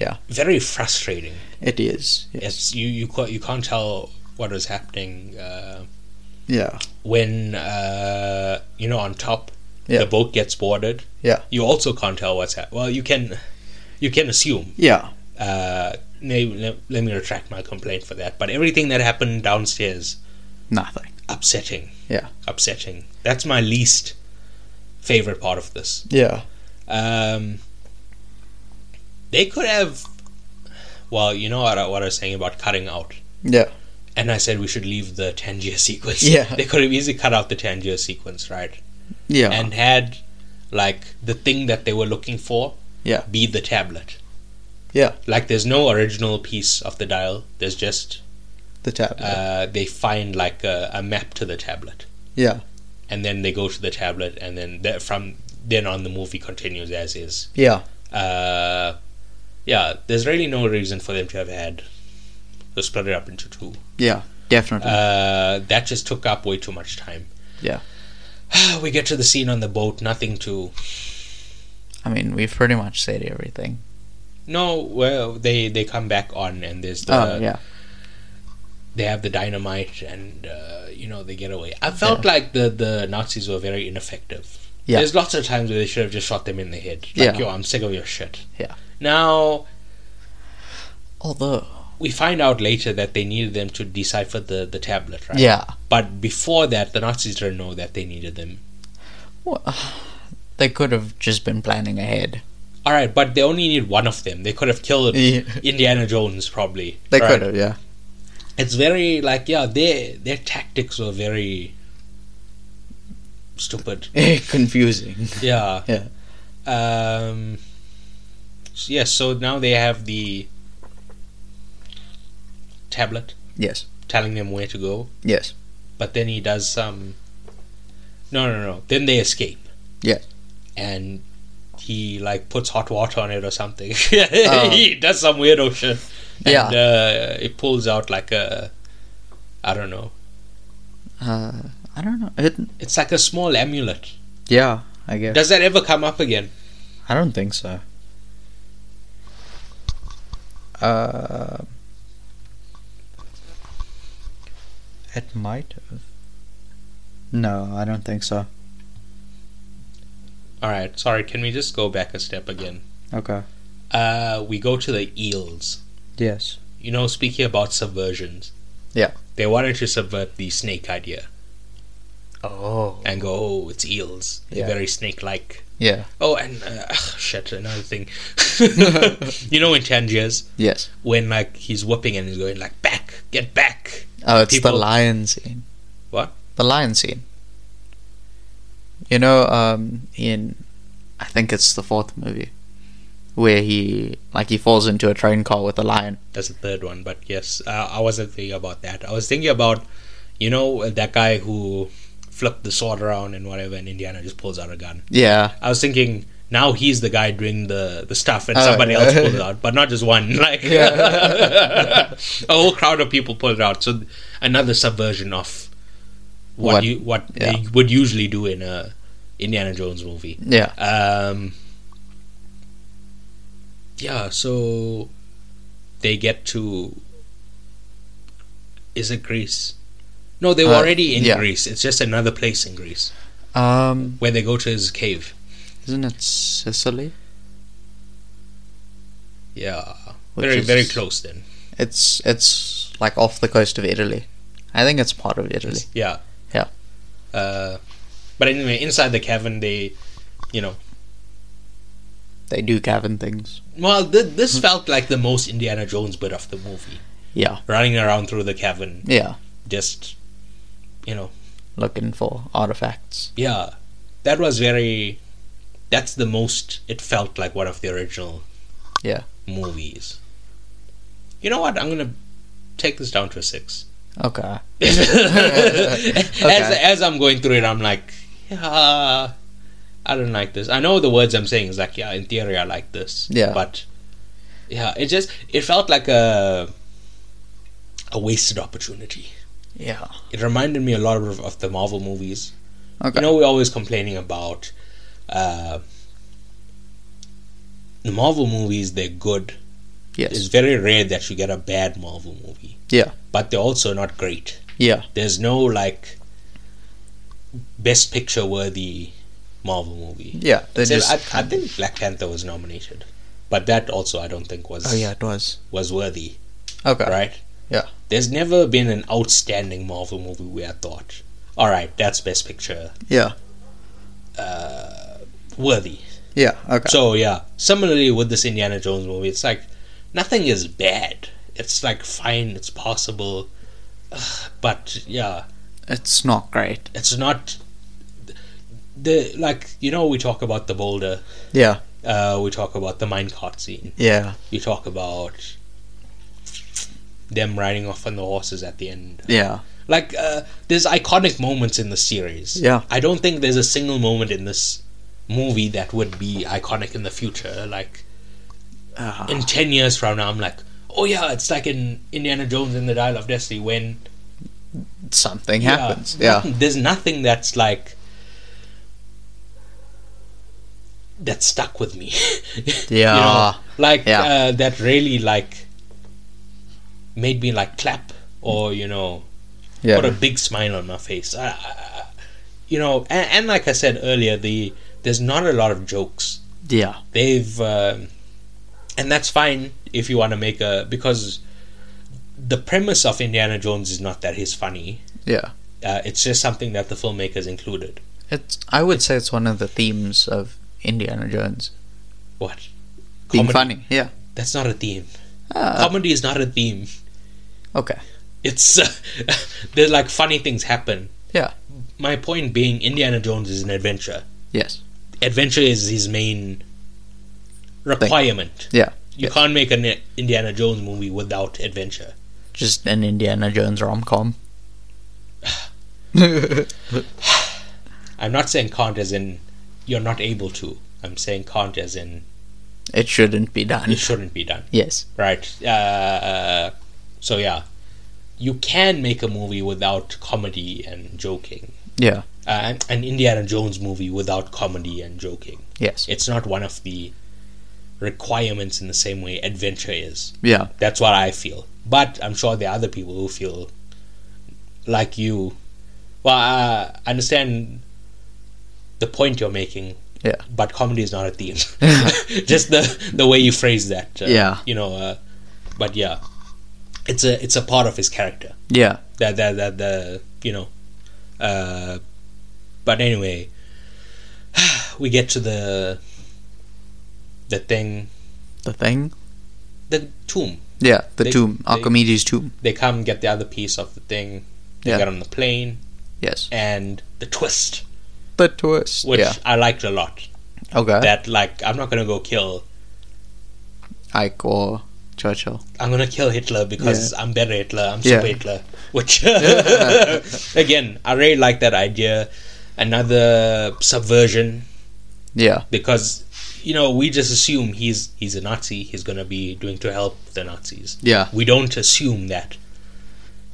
Yeah.
very frustrating.
It is.
It's you you ca- you can't tell what was happening uh,
Yeah.
when uh, you know on top
Yeah.
the boat gets boarded.
Yeah.
you also can't tell what's happening. Well, you can you can assume.
Yeah.
Uh, may- le- let me retract my complaint for that. But everything that happened downstairs
Nothing.
upsetting.
Yeah.
Upsetting. That's my least favorite part of this.
Yeah.
Um, they could have. Well, you know what I, what I was saying about cutting out.
Yeah.
And I said we should leave the Tangier sequence.
Yeah.
They could have easily cut out the Tangier sequence, right?
Yeah.
And had, like, the thing that they were looking for
Yeah.
be the tablet.
Yeah.
Like, there's no original piece of the dial. There's just,
the tablet.
uh, they find, like, a, a map to the tablet.
yeah.
And then they go to the tablet, and then that- from then on, the movie continues as is.
Yeah.
uh, yeah, there's really no reason for them to have had to split it up into two.
Yeah. Definitely.
Uh, that just took up way too much time.
Mm. Yeah.
we get to the scene on the boat. Nothing to.
I mean, we've pretty much said everything.
No, well, they they come back on and there's the
oh yeah.
they have the dynamite and uh, you know they get away. I felt like the the Nazis were very ineffective.
Yeah.
There's lots of times where they should have just shot them in the head. Like,
Yeah.
yo, I'm sick of your shit.
Yeah.
Now
Although.
we find out later that they needed them to decipher the the tablet, right?
Yeah.
But before that, the Nazis didn't know that they needed them.
They could have just been planning ahead.
All right, but they only need one of them. They could have killed
Yeah.
Indiana Jones, probably.
They
right?
could have. Yeah.
It's very like yeah, their their tactics were very stupid.
Eh, Confusing.
Yeah.
Yeah.
Um. s- Yes. so now they have the tablet
Yes.
telling them where to go,
Yes.
but then he does some. No, no, no. Then they escape.
Yeah.
And he like puts hot water on it or something.
Oh.
he does some weirdo shit. And,
Yeah.
Uh, it pulls out like a, I don't know.
Uh, I don't know. It,
It's like a small amulet.
yeah. I guess.
Does that ever come up again?
I don't think so. Uh, it might have. No, I don't think so.
All right. Sorry. Can we just go back a step again?
Okay.
Uh, we go to the eels.
Yes.
you know, speaking about subversions.
Yeah.
They wanted to subvert the snake idea
Oh.
and go, oh, it's eels. They're
Yeah.
very snake like.
Yeah.
Oh, and uh, ugh, shit, another thing. you know, in Tangiers,
Yes.
when like he's whooping and he's going like, back, get back.
Oh, it's the
People-
lion scene.
What?
The lion scene. You know, um, in I think it's the fourth movie, where he like he falls into a train car with a lion.
That's the third one, but yes, uh, I wasn't thinking about that. I was thinking about, you know, that guy who flipped the sword around and whatever, and Indiana just pulls out a gun.
Yeah.
I was thinking now he's the guy doing the, the stuff and
Oh,
somebody
yeah.
else pulls it out, but not just one. Like
Yeah.
a whole crowd of people pull it out. So another subversion of what,
What-
you what they
yeah.
would usually do in a Indiana Jones movie.
Yeah.
Um, yeah, so they get to is it Greece? No, they were
Uh,
already in
yeah.
Greece. It's just another place in Greece
Um,
where they go to his cave.
isn't it Sicily?
Yeah,
Which
very
is-
very close then.
It's it's like off the coast of Italy. I think it's part of Italy.
Yeah,
Yeah.
Uh, but anyway, inside the cavern, they, you know,
They do cavern things.
well, th- this
Hmm.
felt like the most Indiana Jones bit of the movie,
Yeah.
running around through the cavern,
Yeah.
just, you know,
Looking for artifacts.
yeah, that was very. That's the most it felt like one of the original,
Yeah.
movies. You know what? I'm gonna take this down to a six.
Okay.
as, as I'm going through it, I'm like, yeah, I don't like this. I know the words I'm saying is like, yeah, in theory, I like this.
Yeah.
But, yeah, it just, it felt like a, a wasted opportunity.
Yeah.
It reminded me a lot of, of the Marvel movies.
Okay.
You know, we're always complaining about, uh, the Marvel movies, they're good,
Yes.
It's very rare that you get a bad Marvel movie.
Yeah.
But they're also not great.
Yeah.
There's no like best picture worthy Marvel movie.
Yeah. They're
Except
just
I, I think Black Panther was nominated, but that also I don't think was
Oh yeah, it was.
was worthy,
Okay.
right?
Yeah.
There's never been an outstanding Marvel movie where I thought, all right, that's best picture Uh,
Yeah.
worthy.
Yeah. Okay.
So yeah, similarly with this Indiana Jones movie, it's like nothing is bad. It's like fine, it's possible, Ugh, but yeah,
it's not great.
it's not the like you know we talk about the boulder,
Yeah.
uh, we talk about the minecart scene,
Yeah.
you talk about them riding off on the horses at the end.
Yeah.
Like uh, there's iconic moments in the series.
Yeah.
I don't think there's a single moment in this movie that would be iconic in the future. Like
Ah.
in 10 years from now, I'm like, oh yeah, it's like in Indiana Jones in the Dial of Destiny when
something
yeah,
happens. Yeah.
nothing- there's nothing that's like that stuck with me.
Yeah.
You know, like
Yeah.
uh, that really like made me like clap or you know
Yeah.
put a big smile on my face. I, I, I- you know, and, and like I said earlier, the there's not a lot of jokes
yeah.
they've um, and that's fine if you want to make a because the premise of Indiana Jones is not that he's funny.
Yeah.
Uh, it's just something that the filmmakers included.
It's I would say it's one of the themes of Indiana Jones.
What?
Being
Comedy.
funny. Yeah.
That's not a theme.
Ah,
Comedy is not a theme.
okay.
It's uh, there's like funny things happen.
Yeah.
My point being, Indiana Jones is an adventure.
Yes.
Adventure is his main requirement.
Yeah.
You
Yes.
can't make an Indiana Jones movie without adventure.
Just an Indiana Jones rom com.
I'm not saying can't as in you're not able to. I'm saying can't as in
it shouldn't be done.
it shouldn't be done.
Yes.
Right. Uh, so yeah, you can make a movie without comedy and joking.
Yeah.
Uh, an- an Indiana Jones movie without comedy and joking.
Yes.
It's not one of the requirements in the same way adventure is.
Yeah.
That's what I feel. But I'm sure there are other people who feel like you. Well, I I understand the point you're making.
Yeah.
But comedy is not a theme. Just the the way you phrase that. Uh,
Yeah.
You know. Uh, but yeah, it's a it's a part of his character.
Yeah.
That that that the you know. Uh, but anyway, we get to the the thing,
The thing.
the tomb.
Yeah. The
They-
tomb.
they-
Archimedes' tomb.
they come get the other piece of the thing. They
Yeah.
get on the plane
Yes.
and the twist,
The twist.
which
yeah.
I liked a lot.
Okay.
That like I'm not gonna go kill.
Ike or Churchill.
I'm gonna kill Hitler because I'm better Hitler. I'm
Yeah.
super Hitler. Which again, I really like that idea. Another subversion
Yeah.
because you know we just assume he's he's a Nazi. He's gonna be doing to help the Nazis.
Yeah.
We don't assume that.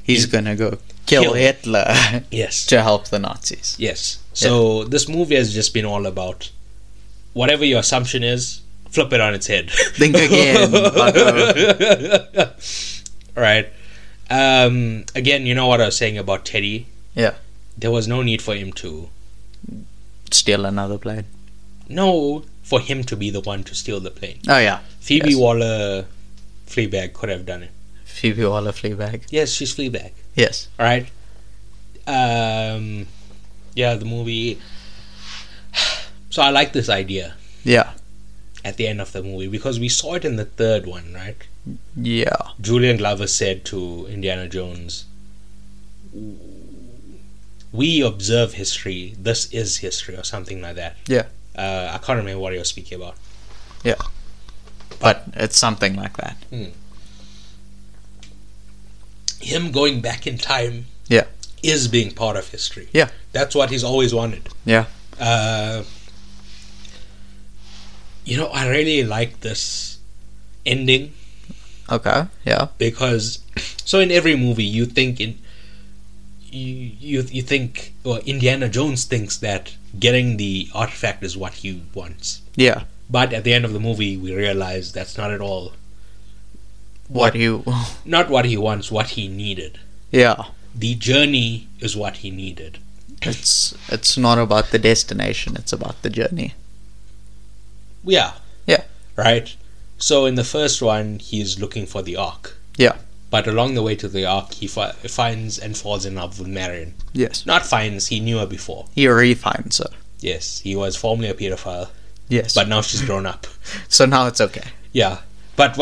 He's gonna go kill,
Kill.
Hitler
Yes.
to help the Nazis.
Yes. So this movie has just been all about whatever your assumption is, flip it on its head.
Think again, bucko.
right. Um, again, you know what I was saying about Teddy?
Yeah.
There was no need for him to.
Steal another plane.
No, for him to be the one to steal the plane.
Oh yeah.
Phoebe
Yes.
Waller Fleabag could have done it.
Phoebe Waller Fleabag.
Yes, she's Fleabag.
Yes.
All right. Um, yeah, the movie. So I like this idea.
Yeah.
at the end of the movie because we saw it in the third one, right?
Yeah.
Julian Glover said to Indiana Jones, "We observe history. This is history," or something like that.
Yeah.
Uh, I can't remember what he was speaking about.
But it's something like that.
Him going back in time,
Yeah.
is being part of history.
Yeah.
that's what he's always wanted.
Yeah.
Uh, you know, I really like this ending
Okay. Yeah.
because so in every movie you think in you you, you think or Indiana Jones thinks that getting the artifact is what he wants.
Yeah.
But at the end of the movie we realize that's not at all
what you
Not what he wants, what he needed.
yeah
The journey is what he needed.
it's it's not about the destination it's about the journey
Yeah.
Yeah.
Right? So in the first one, he's looking for the Ark.
Yeah.
But along the way to the Ark, he fi- finds and falls in love with Marion.
yes
Not finds, he knew her before.
he refines her
Yes, he was formerly a pedophile,
yes
but now she's grown up.
so now it's okay
Yeah. But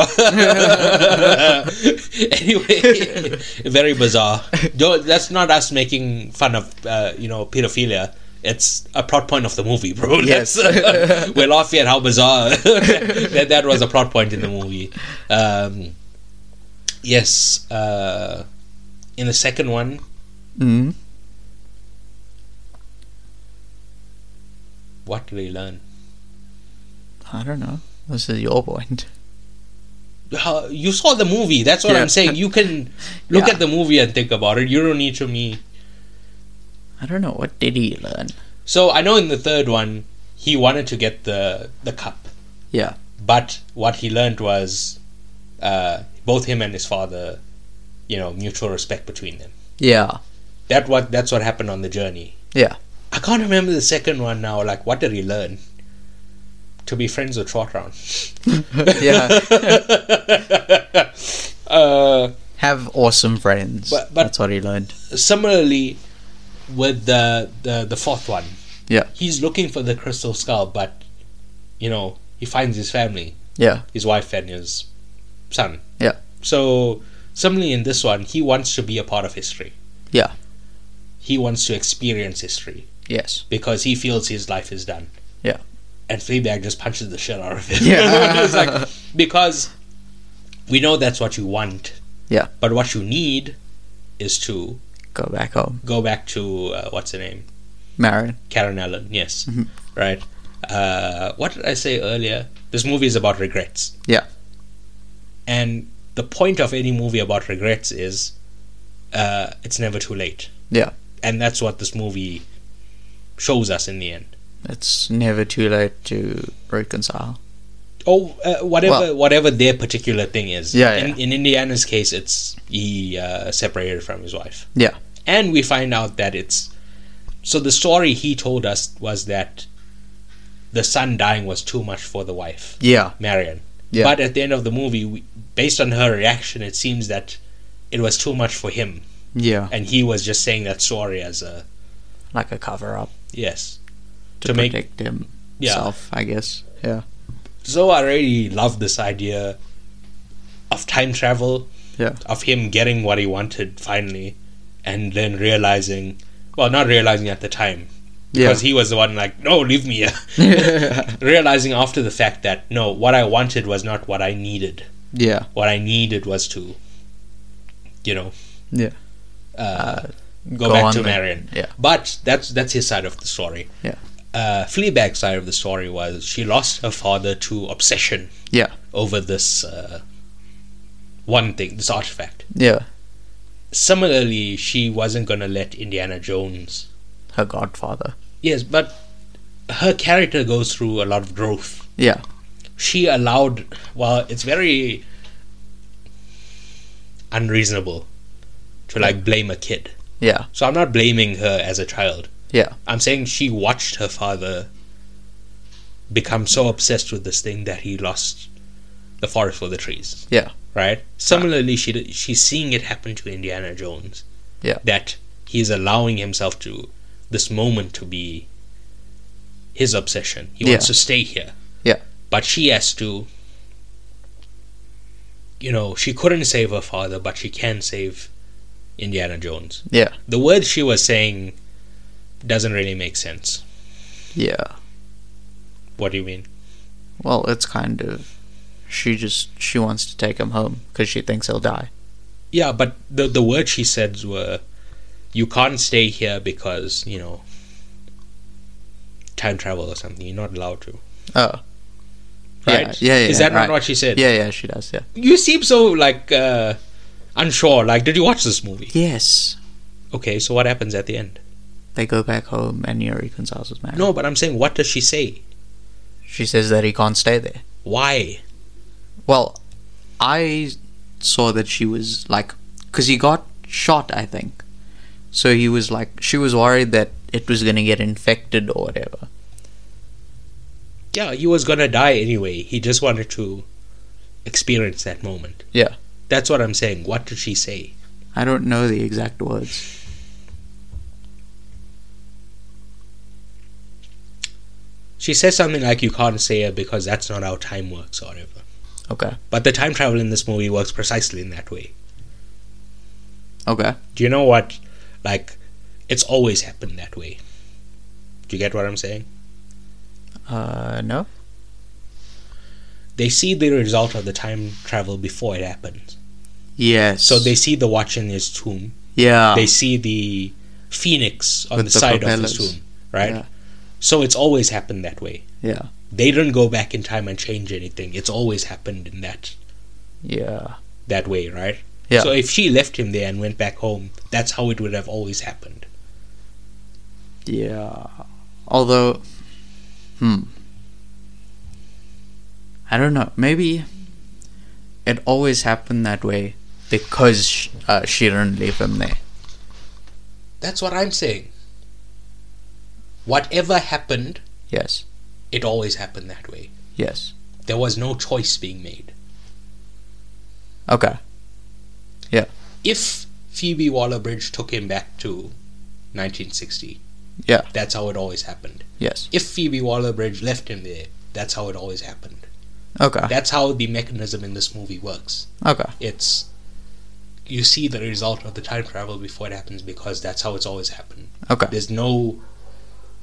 anyway, very bizarre. Though That's not us making fun of uh, you know pedophilia. It's a plot point of the movie, bro.
Yes.
That's- we're laughing at how bizarre that that was a plot point in the movie. Um, yes, uh, in the second one,
mm
what do they learn?
I don't know this is your point
How- You saw the movie. That's what
Yeah.
I'm saying. You can look
Yeah.
at the movie and think about it. You don't need to me
I don't know what did he learn
So I know in the third one he wanted to get the the cup,
yeah
but what he learned was uh, both him and his father, you know, mutual respect between them.
yeah
That what that's what happened on the journey.
Yeah.
I can't remember the second one now. Like, what did he learn? To be friends with Trotron.
yeah
uh,
have awesome friends
But- but-
that's what he learned
similarly, with the, the the fourth one,
Yeah.
he's looking for the crystal skull, but you know, he finds his family.
yeah
his wife and his son.
Yeah.
So suddenly in this one, he wants to be a part of history.
Yeah.
He wants to experience history
yes
because he feels his life is done.
Yeah.
And Fleabag just punches the shit out of him.
Yeah.
It's like, because we know that's what you want.
Yeah.
But what you need is to
go back home
go back to uh, what's her name,
Marion
Karen Allen. Yes.
Mhm.
Right. Uh, what did I say earlier? This movie is about regrets.
yeah
And the point of any movie about regrets is uh, it's never too late.
Yeah.
And that's what this movie shows us in the end.
it's never too late to reconcile
Oh, uh, whatever
Well-
whatever their particular thing is.
Yeah,
In, in Indiana's case, it's he uh, separated from his wife.
Yeah.
And we find out that it's so the story he told us was that the son dying was too much for the wife.
yeah
Marion.
Yeah.
But at the end of the movie, we, based on her reaction, it seems that it was too much for him,
yeah
and he was just saying that story as a
like a cover up
yes.
to,
To make-
protect
Yeah.
himself I guess yeah
So I really love this idea of time travel,
Yeah.
of him getting what he wanted finally, and then realizing, well, not realizing at the time
yeah
because he was the one like, no, leave me. realizing after the fact that no, what I wanted was not what I needed.
yeah
what I needed was to, you know,
Yeah.
uh, go,
go
back
on
to
then.
Marion.
Yeah.
But that's that's his side of the story.
Yeah.
Uh, Fleabag's side of the story was she lost her father to obsession.
Yeah.
Over this uh, one thing, this artifact.
yeah
Similarly, she wasn't gonna let Indiana Jones.
her godfather
Yes, but her character goes through a lot of growth.
yeah
she allowed well it's very unreasonable to like blame a kid
yeah
so i'm not blaming her as a child
Yeah.
i'm saying she watched her father become so obsessed with this thing that he lost the forest for the trees
Yeah.
right similarly she d- she's seeing it happen to indiana jones
Yeah.
that he's allowing himself to this moment to be his obsession he wants
Yeah.
to stay here
Yeah.
but she has to you know she couldn't save her father but she can save indiana jones
Yeah.
the words she was saying doesn't really make sense
yeah
what do you mean
well it's kind of she just she wants to take him home because she thinks he'll die
yeah but the the words she said were you can't stay here because you know time travel or something you're not allowed to
oh
right
yeah, yeah,
is that
right.
not what she said
yeah yeah she does yeah
you seem so like uh unsure like did you watch this movie
yes
okay so what happens at the end
they go back home and he reconciles with Mary
No, but I'm saying, what does she say?
she says that he can't stay there
Why?
Well, I saw that she was like, because he got shot, I think. So he was like, she was worried that it was going to get infected or whatever.
Yeah, he was gonna die anyway. He just wanted to experience that moment.
Yeah.
That's what I'm saying. What did she say?
I don't know the exact words.
She says something like, You can't say it because that's not how time works or whatever.
Okay.
But the time travel in this movie works precisely in that way.
Okay.
Do you know what? Like, it's always happened that way. Do you get what I'm saying?
Uh, no.
They see the result of the time travel before it happens.
Yes.
So they see the watch in his tomb.
Yeah.
They see the phoenix on
Ah. With
the,
the
side of his
propellers.
tomb, right?
Yeah.
So it's always happened that way.
Yeah.
They didn't go back in time and change anything. It's always happened in that
Yeah.
that way, right?
Yeah.
So if she left him there and went back home, that's how it would have always happened.
Yeah. Although, hmm. I don't know. Maybe it always happened that way because sh- uh, she didn't leave him there.
That's what I'm saying. Whatever happened,
Yes.
it always happened that way.
Yes.
There was no choice being made.
Okay.
If Phoebe Waller-Bridge took him back to 1960,
Yeah.
that's how it always happened.
Yes.
If Phoebe Waller-Bridge left him there, that's how it always happened.
Okay.
That's how the mechanism in this movie works.
Okay.
It's you see the result of the time travel before it happens because that's how it's always happened.
Okay.
There's no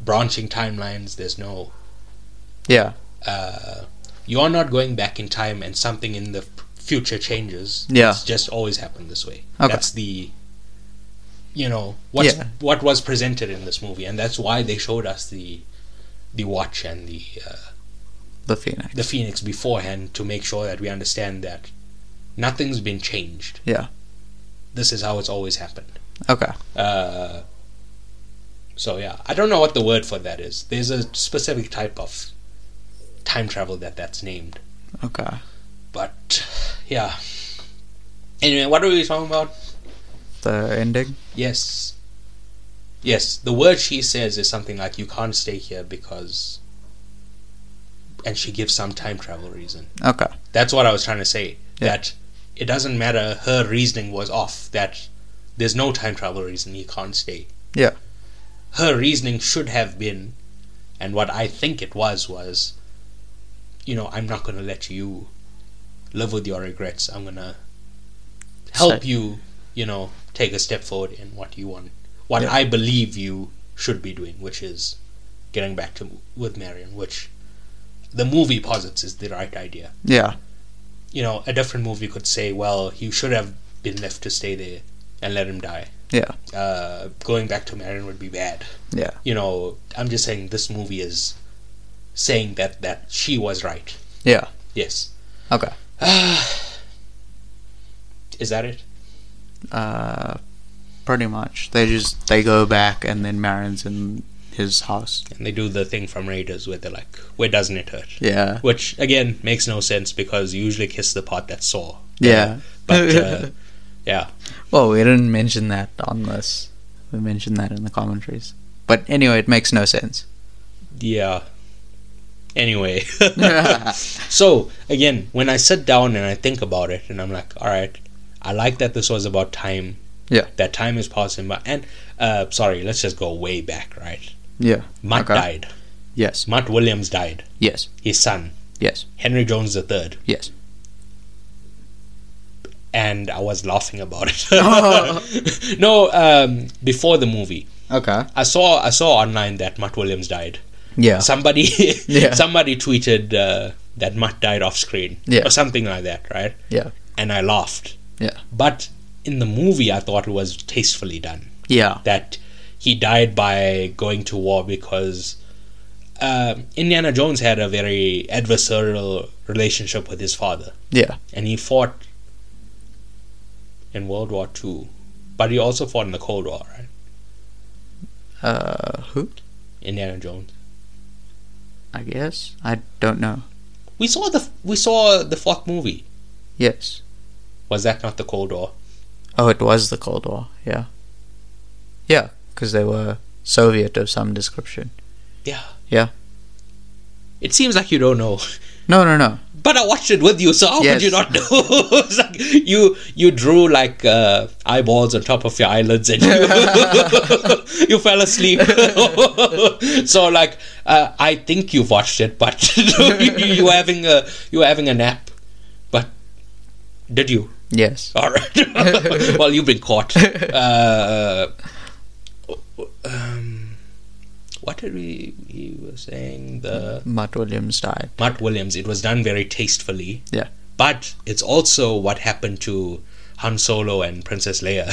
branching timelines. There's no
Yeah.
uh, you're not going back in time and something in the f- future changes.
Yeah.
It's just always happened this way.
Okay.
That's the you know what's,
Yeah.
what was presented in this movie, and that's why they showed us the the watch and the uh,
The phoenix.
the phoenix beforehand to make sure that we understand that nothing's been changed.
Yeah.
This is how it's always happened.
Okay.
Uh, so yeah, I don't know what the word for that is. There's a specific type of time travel that that's named.
Okay.
But yeah. Anyway, what are we talking about?
The ending.
Yes. Yes, the word she says is something like you can't stay here because and she gives some time travel reason.
Okay.
That's what I was trying to say.
Yeah.
That it doesn't matter her reasoning was off, that there's no time travel reason he can't stay.
Yeah.
Her reasoning should have been and what I think it was was you know, I'm not gonna let you live with your regrets. I'm gonna help
So-
you, you know, take a step forward in what you want what
Yeah.
I believe you should be doing, which is getting back to with Marion, which the movie posits is the right idea
Yeah.
you know, a different movie could say, well, he should have been left to stay there and let him die.
Yeah.
Uh, going back to Marion would be bad.
Yeah.
You know, I'm just saying this movie is saying that that she was right.
Yeah.
Yes.
Okay.
Is that it?
Uh, pretty much. They just they go back and then Marin's in his house.
And they do the thing from Raiders where they're like, where doesn't it hurt?
Yeah.
Which again makes no sense because you usually kiss the part that's sore.
Yeah.
But uh, yeah,
Well, we didn't mention that on this. We mentioned that in the commentaries. But anyway, it makes no sense.
yeah. Anyway. So again, when I sit down and I think about it, and I'm like, all right, I like that this was about time.
Yeah.
that time is passing by. And uh, sorry, let's just go way back, right?
yeah.
Mutt
Okay.
died.
Yes.
Mutt Williams died.
Yes.
His son,
Yes.
Henry Jones III.
Yes.
And I was laughing about
Oh.
it. no, um, before the movie,
Okay.
I saw I saw online that Mutt Williams died.
Yeah.
Somebody
Yeah.
somebody tweeted uh, that Mutt died off screen
Yeah.
or something like that, right?
Yeah.
and I laughed.
Yeah.
But in the movie, I thought it was tastefully done.
Yeah.
That he died by going to war because um Indiana Jones had a very adversarial relationship with his father,
Yeah.
and he fought in World War Two, but he also fought in the Cold War, right?
Uh, who?
Indiana Jones.
I guess. I don't know.
We saw the we saw the fourth movie.
Yes.
Was that not the Cold War?
Oh, it was the Cold War. Yeah. Yeah, because they were Soviet of some description.
Yeah.
Yeah.
It seems like you don't know.
No, no, no.
But I watched it with you, so how
Yes.
could you not know? it's like you you drew like uh, eyeballs on top of your eyelids, and you, you fell asleep. so like uh, I think you've watched it, but you, you were having a you were having a nap. But did you?
Yes.
All right. well, you've been caught. Uh, um, what did we we were saying the.
Matt Williams died.
Matt Williams, it was done very tastefully.
Yeah.
But it's also what happened to Han Solo and Princess Leia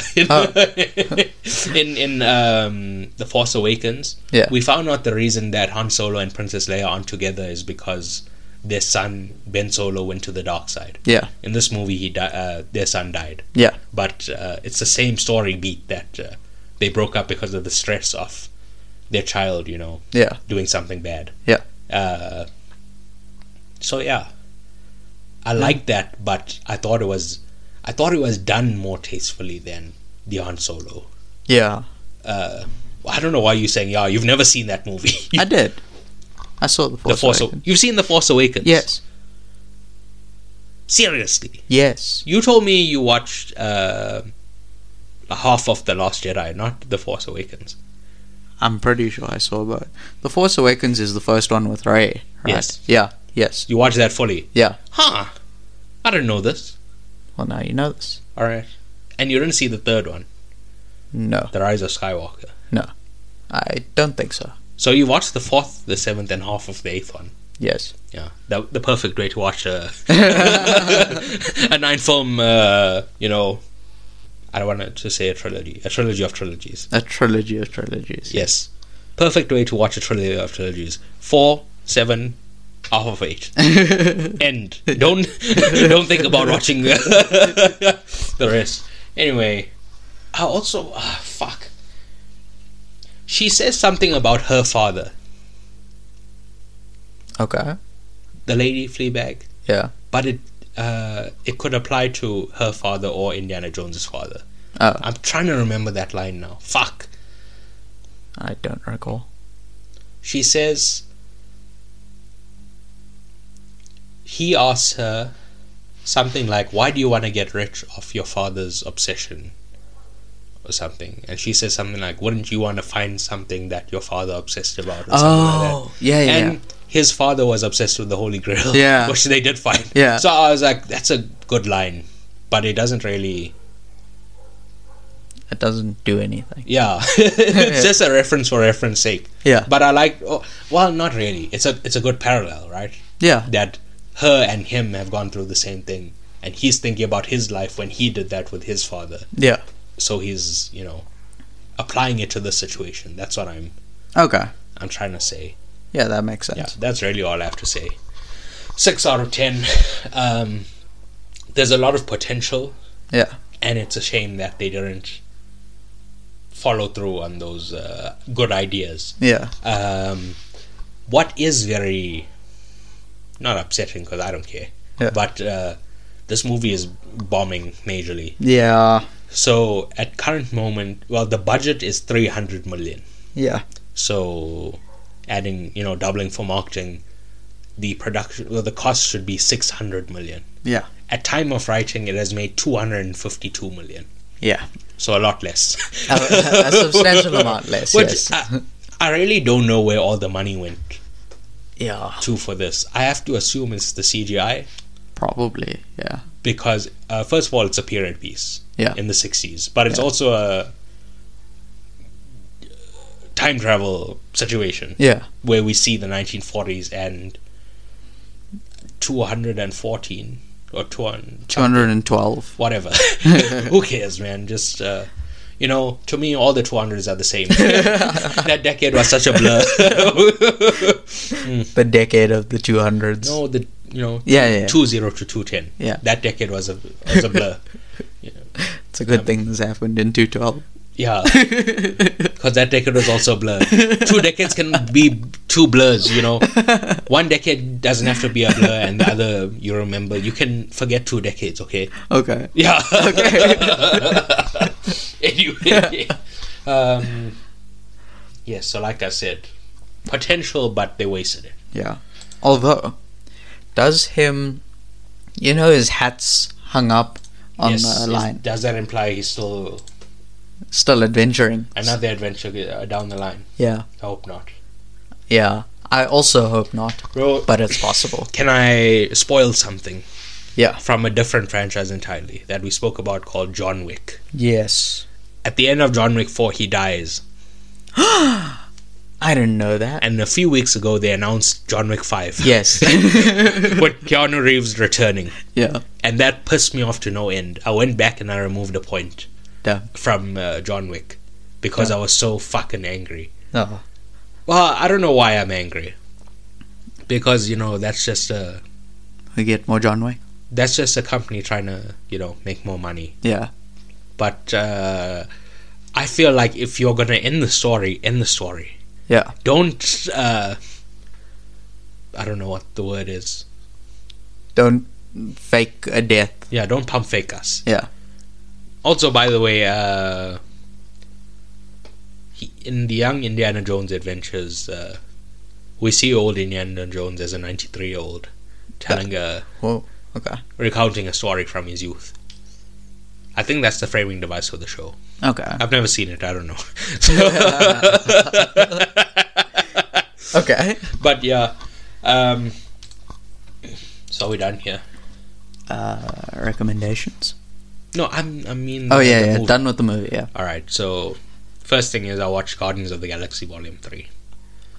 in in um, the Force Awakens.
Ah. Yeah.
we found out the reason that Han Solo and Princess Leia aren't together is because their son Ben Solo went to the dark side.
Yeah.
In this movie, he di- uh, their son died,
Yeah.
but uh, it's the same story beat that uh, they broke up because of the stress of their child. You know,
Yeah.
doing something bad.
Yeah.
Uh, so yeah, I
Hmm.
like that, but I thought it was, I thought it was done more tastefully than the Han Solo.
Yeah.
Uh, I don't know why you're saying yeah. You've never seen that movie.
I did. I saw the
the
Force.
Force.
Awakens.
You've seen the Force Awakens.
Yes.
Seriously,
Yes.
you told me you watched uh, half of the Last Jedi, not the Force Awakens.
I'm pretty sure I saw both. The Force Awakens is the first one with Ray. Right?
Yes.
Yeah. Yes.
You watched that fully.
Yeah.
Huh. I didn't know this.
Well, now you know this.
All right. And you didn't see the third one,
No,
The Rise of Skywalker.
I don't think so.
So you watched the fourth, the seventh, and half of the eighth one.
Yes.
Yeah, the, the perfect way to watch a, a nine film. Uh, you know, I don't want to say a trilogy, a trilogy of trilogies.
A trilogy of trilogies.
Yes, perfect way to watch a trilogy of trilogies. Four, seven, half of eight. End. Don't don't think about watching the rest. Anyway, I also ah, fuck. She says something about her father.
Okay.
the lady Fleabag.
Yeah.
But it uh, it could apply to her father or Indiana Jones's father.
Oh.
I'm trying to remember that line now. Fuck.
I don't recall.
She says he asks her something like, "Why do you want to get rich off your father's obsession?" Or something, and she says something like, "Wouldn't you want to find something that your father obsessed about?" Or something like that.
Oh, yeah, yeah.
and his father was obsessed with the Holy Grail,
Yeah.
which they did find.
Yeah.
So I was like, that's a good line, but it doesn't really.
it doesn't do anything.
Yeah, it's just a reference for reference sake.
Yeah.
But I like, oh, well, not really. It's a it's a good parallel, right?
Yeah.
That her and him have gone through the same thing, and he's thinking about his life when he did that with his father.
Yeah.
So he's you know applying it to this situation. That's what I'm
Okay.
I'm trying to say.
Yeah, that makes
yeah,
sense.
that's really all I have to say. Six out of ten. Um, there's a lot of potential.
Yeah.
And it's a shame that they didn't follow through on those uh, good ideas.
Yeah.
Um, what is very not upsetting because I don't care,
Yeah.
but uh, this movie is bombing majorly.
Yeah.
So at current moment, well, the budget is three hundred million.
Yeah.
So, adding you know doubling for marketing, the production well, the cost should be six hundred million.
Yeah.
At time of writing, it has made two hundred and fifty two million.
Yeah.
So a lot less.
A- a substantial amount less,
Which
yes.
I, I really don't know where all the money went
Yeah.
to for this. I have to assume it's the CGI
Probably. Yeah.
because uh, first of all, it's a period piece
Yeah.
in the sixties, but it's also a uh, time travel situation.
Yeah.
where we see the 1940s and 214 or 200
212.
whatever who cares man just uh, you know to me all the 200s are the same that decade was such a blur
The decade of the 200s.
no the you know
Yeah, yeah, yeah.
20 to 210
Yeah.
that decade was a was a blur
It's a good thing this happened in 212.
yeah because that decade was also a blur two decades can be two two blurs, you know. One decade doesn't have to be a blur, and the other you remember. You can forget two decades, okay?
Okay.
Yeah.
Okay.
anyway, um, yeah. So, like I said, potential, but they wasted it.
Yeah. Although, does him, you know, his hat's hung up on
yes, is-
the line,
Does that imply he's still
still adventuring.
another adventure uh, down the line?
Yeah.
I hope not.
Yeah. I also hope not,
Bro,
but it's possible.
can I spoil something?
Yeah.
From a different franchise entirely that we spoke about called John Wick.
Yes.
At the end of John Wick 4, he dies.
I didn't know that.
And a few weeks ago, they announced John Wick 5
Yes.
with Keanu Reeves returning.
yeah.
And that pissed me off to no end. I went back and I removed a point
Damn.
from uh, John Wick because I was so fucking angry.
Oh.
Well, I don't know why I'm angry. Because, you know, that's just a.
We get more John Wick.
That's just a company trying to, you know, make more money.
Yeah.
But uh, I feel like if you're gonna end the story, end the story.
Yeah.
Don't. Uh, I don't know what the word is.
Don't fake a death.
Yeah, don't pump fake us.
Yeah.
Also, by the way, uh, he, in the young Indiana Jones adventures, uh, we see old Indiana Jones as a 93 year old telling a.
Whoa. Okay.
recounting a story from his youth. I think that's the framing device for the show.
Okay.
I've never seen it, I don't know.
Okay.
But yeah. Um, so are we done here?
Uh, recommendations.
No, I'm, I mean.
Oh
the- the
yeah, yeah.
movie.
Done with the movie. Yeah.
All right. So, first thing is I watched Guardians of the Galaxy Volume Three.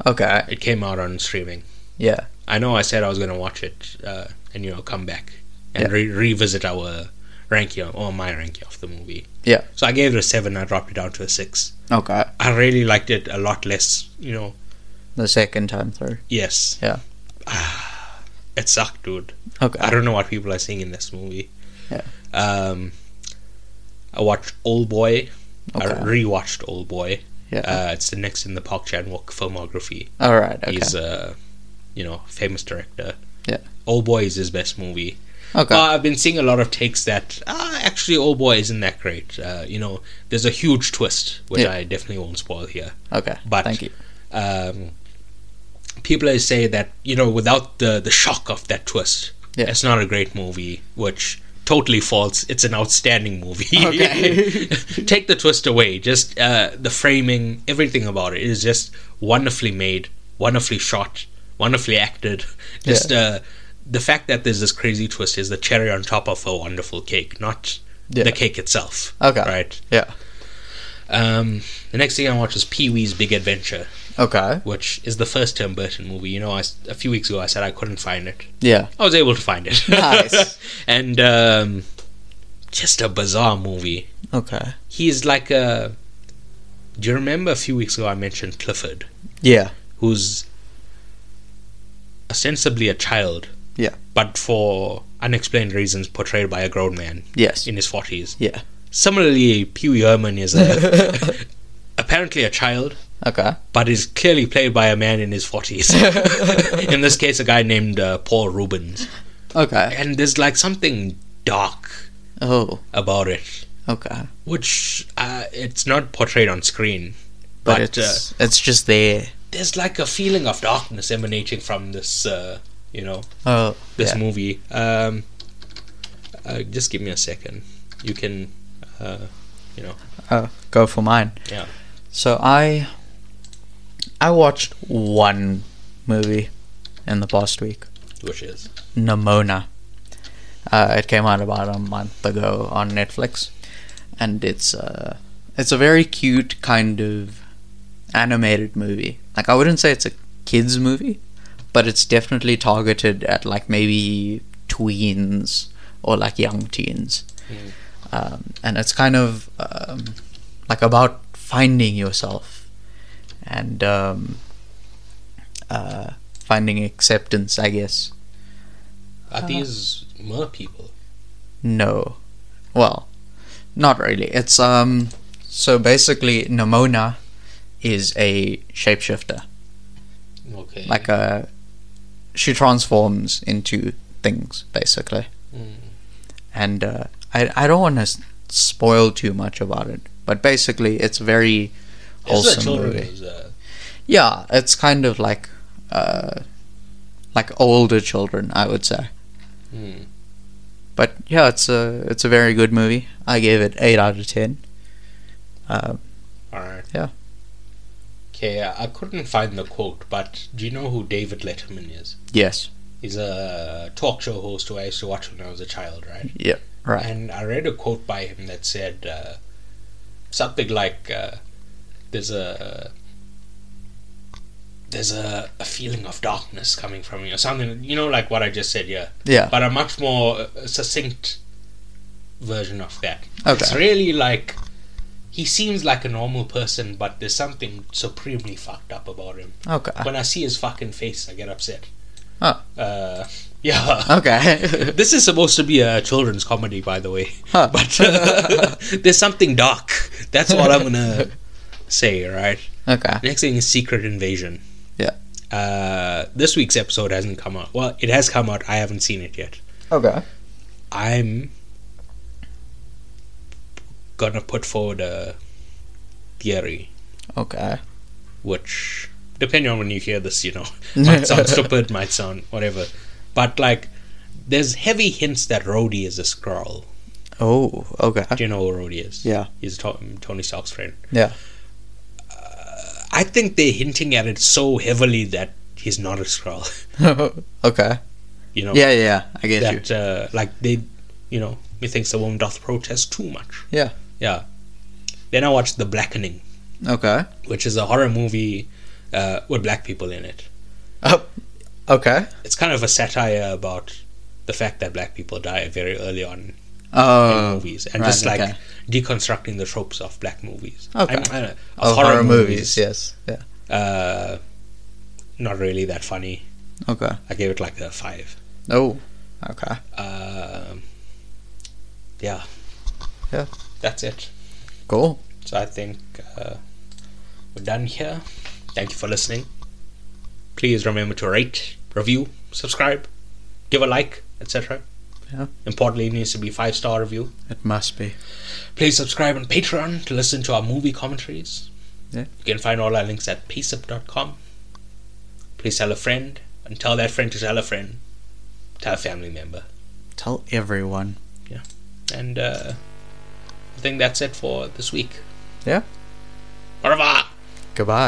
Okay.
It came out on streaming.
Yeah.
I know I said I was gonna watch it, uh, and you know, come back and
Yeah.
re- revisit our ranking or my ranking of the movie.
Yeah.
So I gave it a seven. I dropped it down to a six.
Okay.
I really liked it a lot less. You know,
The second time through.
yes, Ah,
Yeah.
it sucked, dude.
Okay.
I don't know what people are seeing in this movie.
Yeah.
Um, I watched Old Boy. I
Okay.
rewatched Old Boy.
Yeah.
Uh, it's the next in the Park Chan Wook filmography.
All right. Okay.
He's a, you know, famous director.
Yeah.
Old Boy is his best movie.
okay.
Uh, I've been seeing a lot of takes that ah, actually Old Boy isn't that great. Uh, you know, there's a huge twist which
Yeah.
I definitely won't spoil here.
okay.
but-
Thank you.
Um, people always say that you know without the the shock of that twist,
Yeah.
it's not a great movie. Which totally false. It's an outstanding movie.
Okay.
Take the twist away. Just uh, the framing, everything about it is just wonderfully made, wonderfully shot, wonderfully acted. Just uh, the fact that there's this crazy twist is the cherry on top of a wonderful cake, not
Yeah.
the cake itself.
Okay.
Right.
Yeah.
Um, the next thing I watched was Pee Wee's Big Adventure
Okay.
which is the first Tim Burton movie. You know, I s a few weeks ago I said I couldn't find it.
Yeah.
I was able to find it.
Nice.
and um, just a bizarre movie.
Okay.
He's like a. Do you remember a few weeks ago I mentioned Clifford,
Yeah.
who's ostensibly a child,
Yeah.
but for unexplained reasons portrayed by a grown man
Yes.
in his forties.
Yeah.
Similarly, Pee Wee Herman is a, apparently a child,
Okay.
but is clearly played by a man in his 40s. in this case, a guy named uh, Paul Rubens.
Okay.
And there's like something dark
Oh.
about it,
Okay.
which uh, it's not portrayed on screen.
But,
But, uh,
it's it's just there.
There's like a feeling of darkness emanating from this, uh, you know,
Oh.
this
yeah.
movie. Um, uh, just give me a second. You can, uh, you know,
Oh, go for mine.
Yeah.
So I I watched one movie in the past week.
which is
Nomona. Uh, it came out about a month ago on Netflix, and it's uh, it's a very cute kind of animated movie. Like I wouldn't say it's a kids movie, but it's definitely targeted at like maybe tweens or like young teens, um, and it's kind of um, like about finding yourself and um, uh, finding acceptance, I guess.
are these mer people?
No. Well, not really. It's um so basically Nomona is a shapeshifter.
Well, Okay.
like a she transforms into things basically
Mm.
and uh, I, I don't want to spoil too much about it but basically it's very
This is a
wholesome
children's
movie.
uh,
yeah it's kind of like uh, like older children i would say
mm.
but yeah it's a it's a very good movie i gave it 8 out of 10 uh,
All right.
Yeah.
Okay, I couldn't find the quote, but do you know who David Letterman is?
yes
He's a talk show host who I used to watch when I was a child, right?
yeah right
And I read a quote by him that said uh, something like, uh, "There's a there's a, a feeling of darkness coming from you," or something. You know, like what I just said, yeah.
yeah
But a much more uh, succinct version of that. It's
okay
really like he seems like a normal person, but there's something supremely fucked up about him.
okay
When I see his fucking face, I get upset.
Oh.
Uh, yeah.
okay
This is supposed to be a children's comedy, by the way.
Huh.
But there's something dark. That's all I'm gonna say, right?
okay
Next thing is Secret Invasion.
Yeah.
Uh, this week's episode hasn't come out. Well, it has come out. I haven't seen it yet.
okay
I'm gonna put forward a theory,
okay
which depending on when you hear this, you know, might sound stupid, might sound whatever, but like there's heavy hints that Rhodey is a Skrull.
oh okay
Do you know who Rhodey is?
Yeah.
he's to- Tony Stark's friend. Uh,
Yeah.
I think they're hinting at it so heavily that he's not a Skrull.
okay.
You know,
Yeah, yeah, I get you.
that uh, like they, you know, methinks the woman doth protest too much.
Yeah.
yeah. Then I watched The Blackening.
Okay.
which is a horror movie uh, with black people in it.
Oh, okay.
It's kind of a satire about the fact that black people die very early on in
Oh,
movies and
right,
just like
okay.
deconstructing the tropes of black movies.
Okay.
I'm, I don't know, of
of horror, movies. Yes. Yeah.
Uh, not really that funny.
Okay.
I gave it like a five.
Oh. Okay.
Um yeah.
Yeah.
That's it.
Cool.
So I think uh, we're done here. Thank you for listening. Please remember to rate, review, subscribe, give a like, etc.
Yeah.
Importantly, it needs to be five star review.
It must be.
Please subscribe on Patreon to listen to our movie commentaries.
Yeah.
You can find all our links at psup.com. Please tell a friend and tell that friend to tell a friend, tell a family member,
Tell everyone.
and uh, I think that's it for this week.
Yeah.
Au revoir.
Goodbye.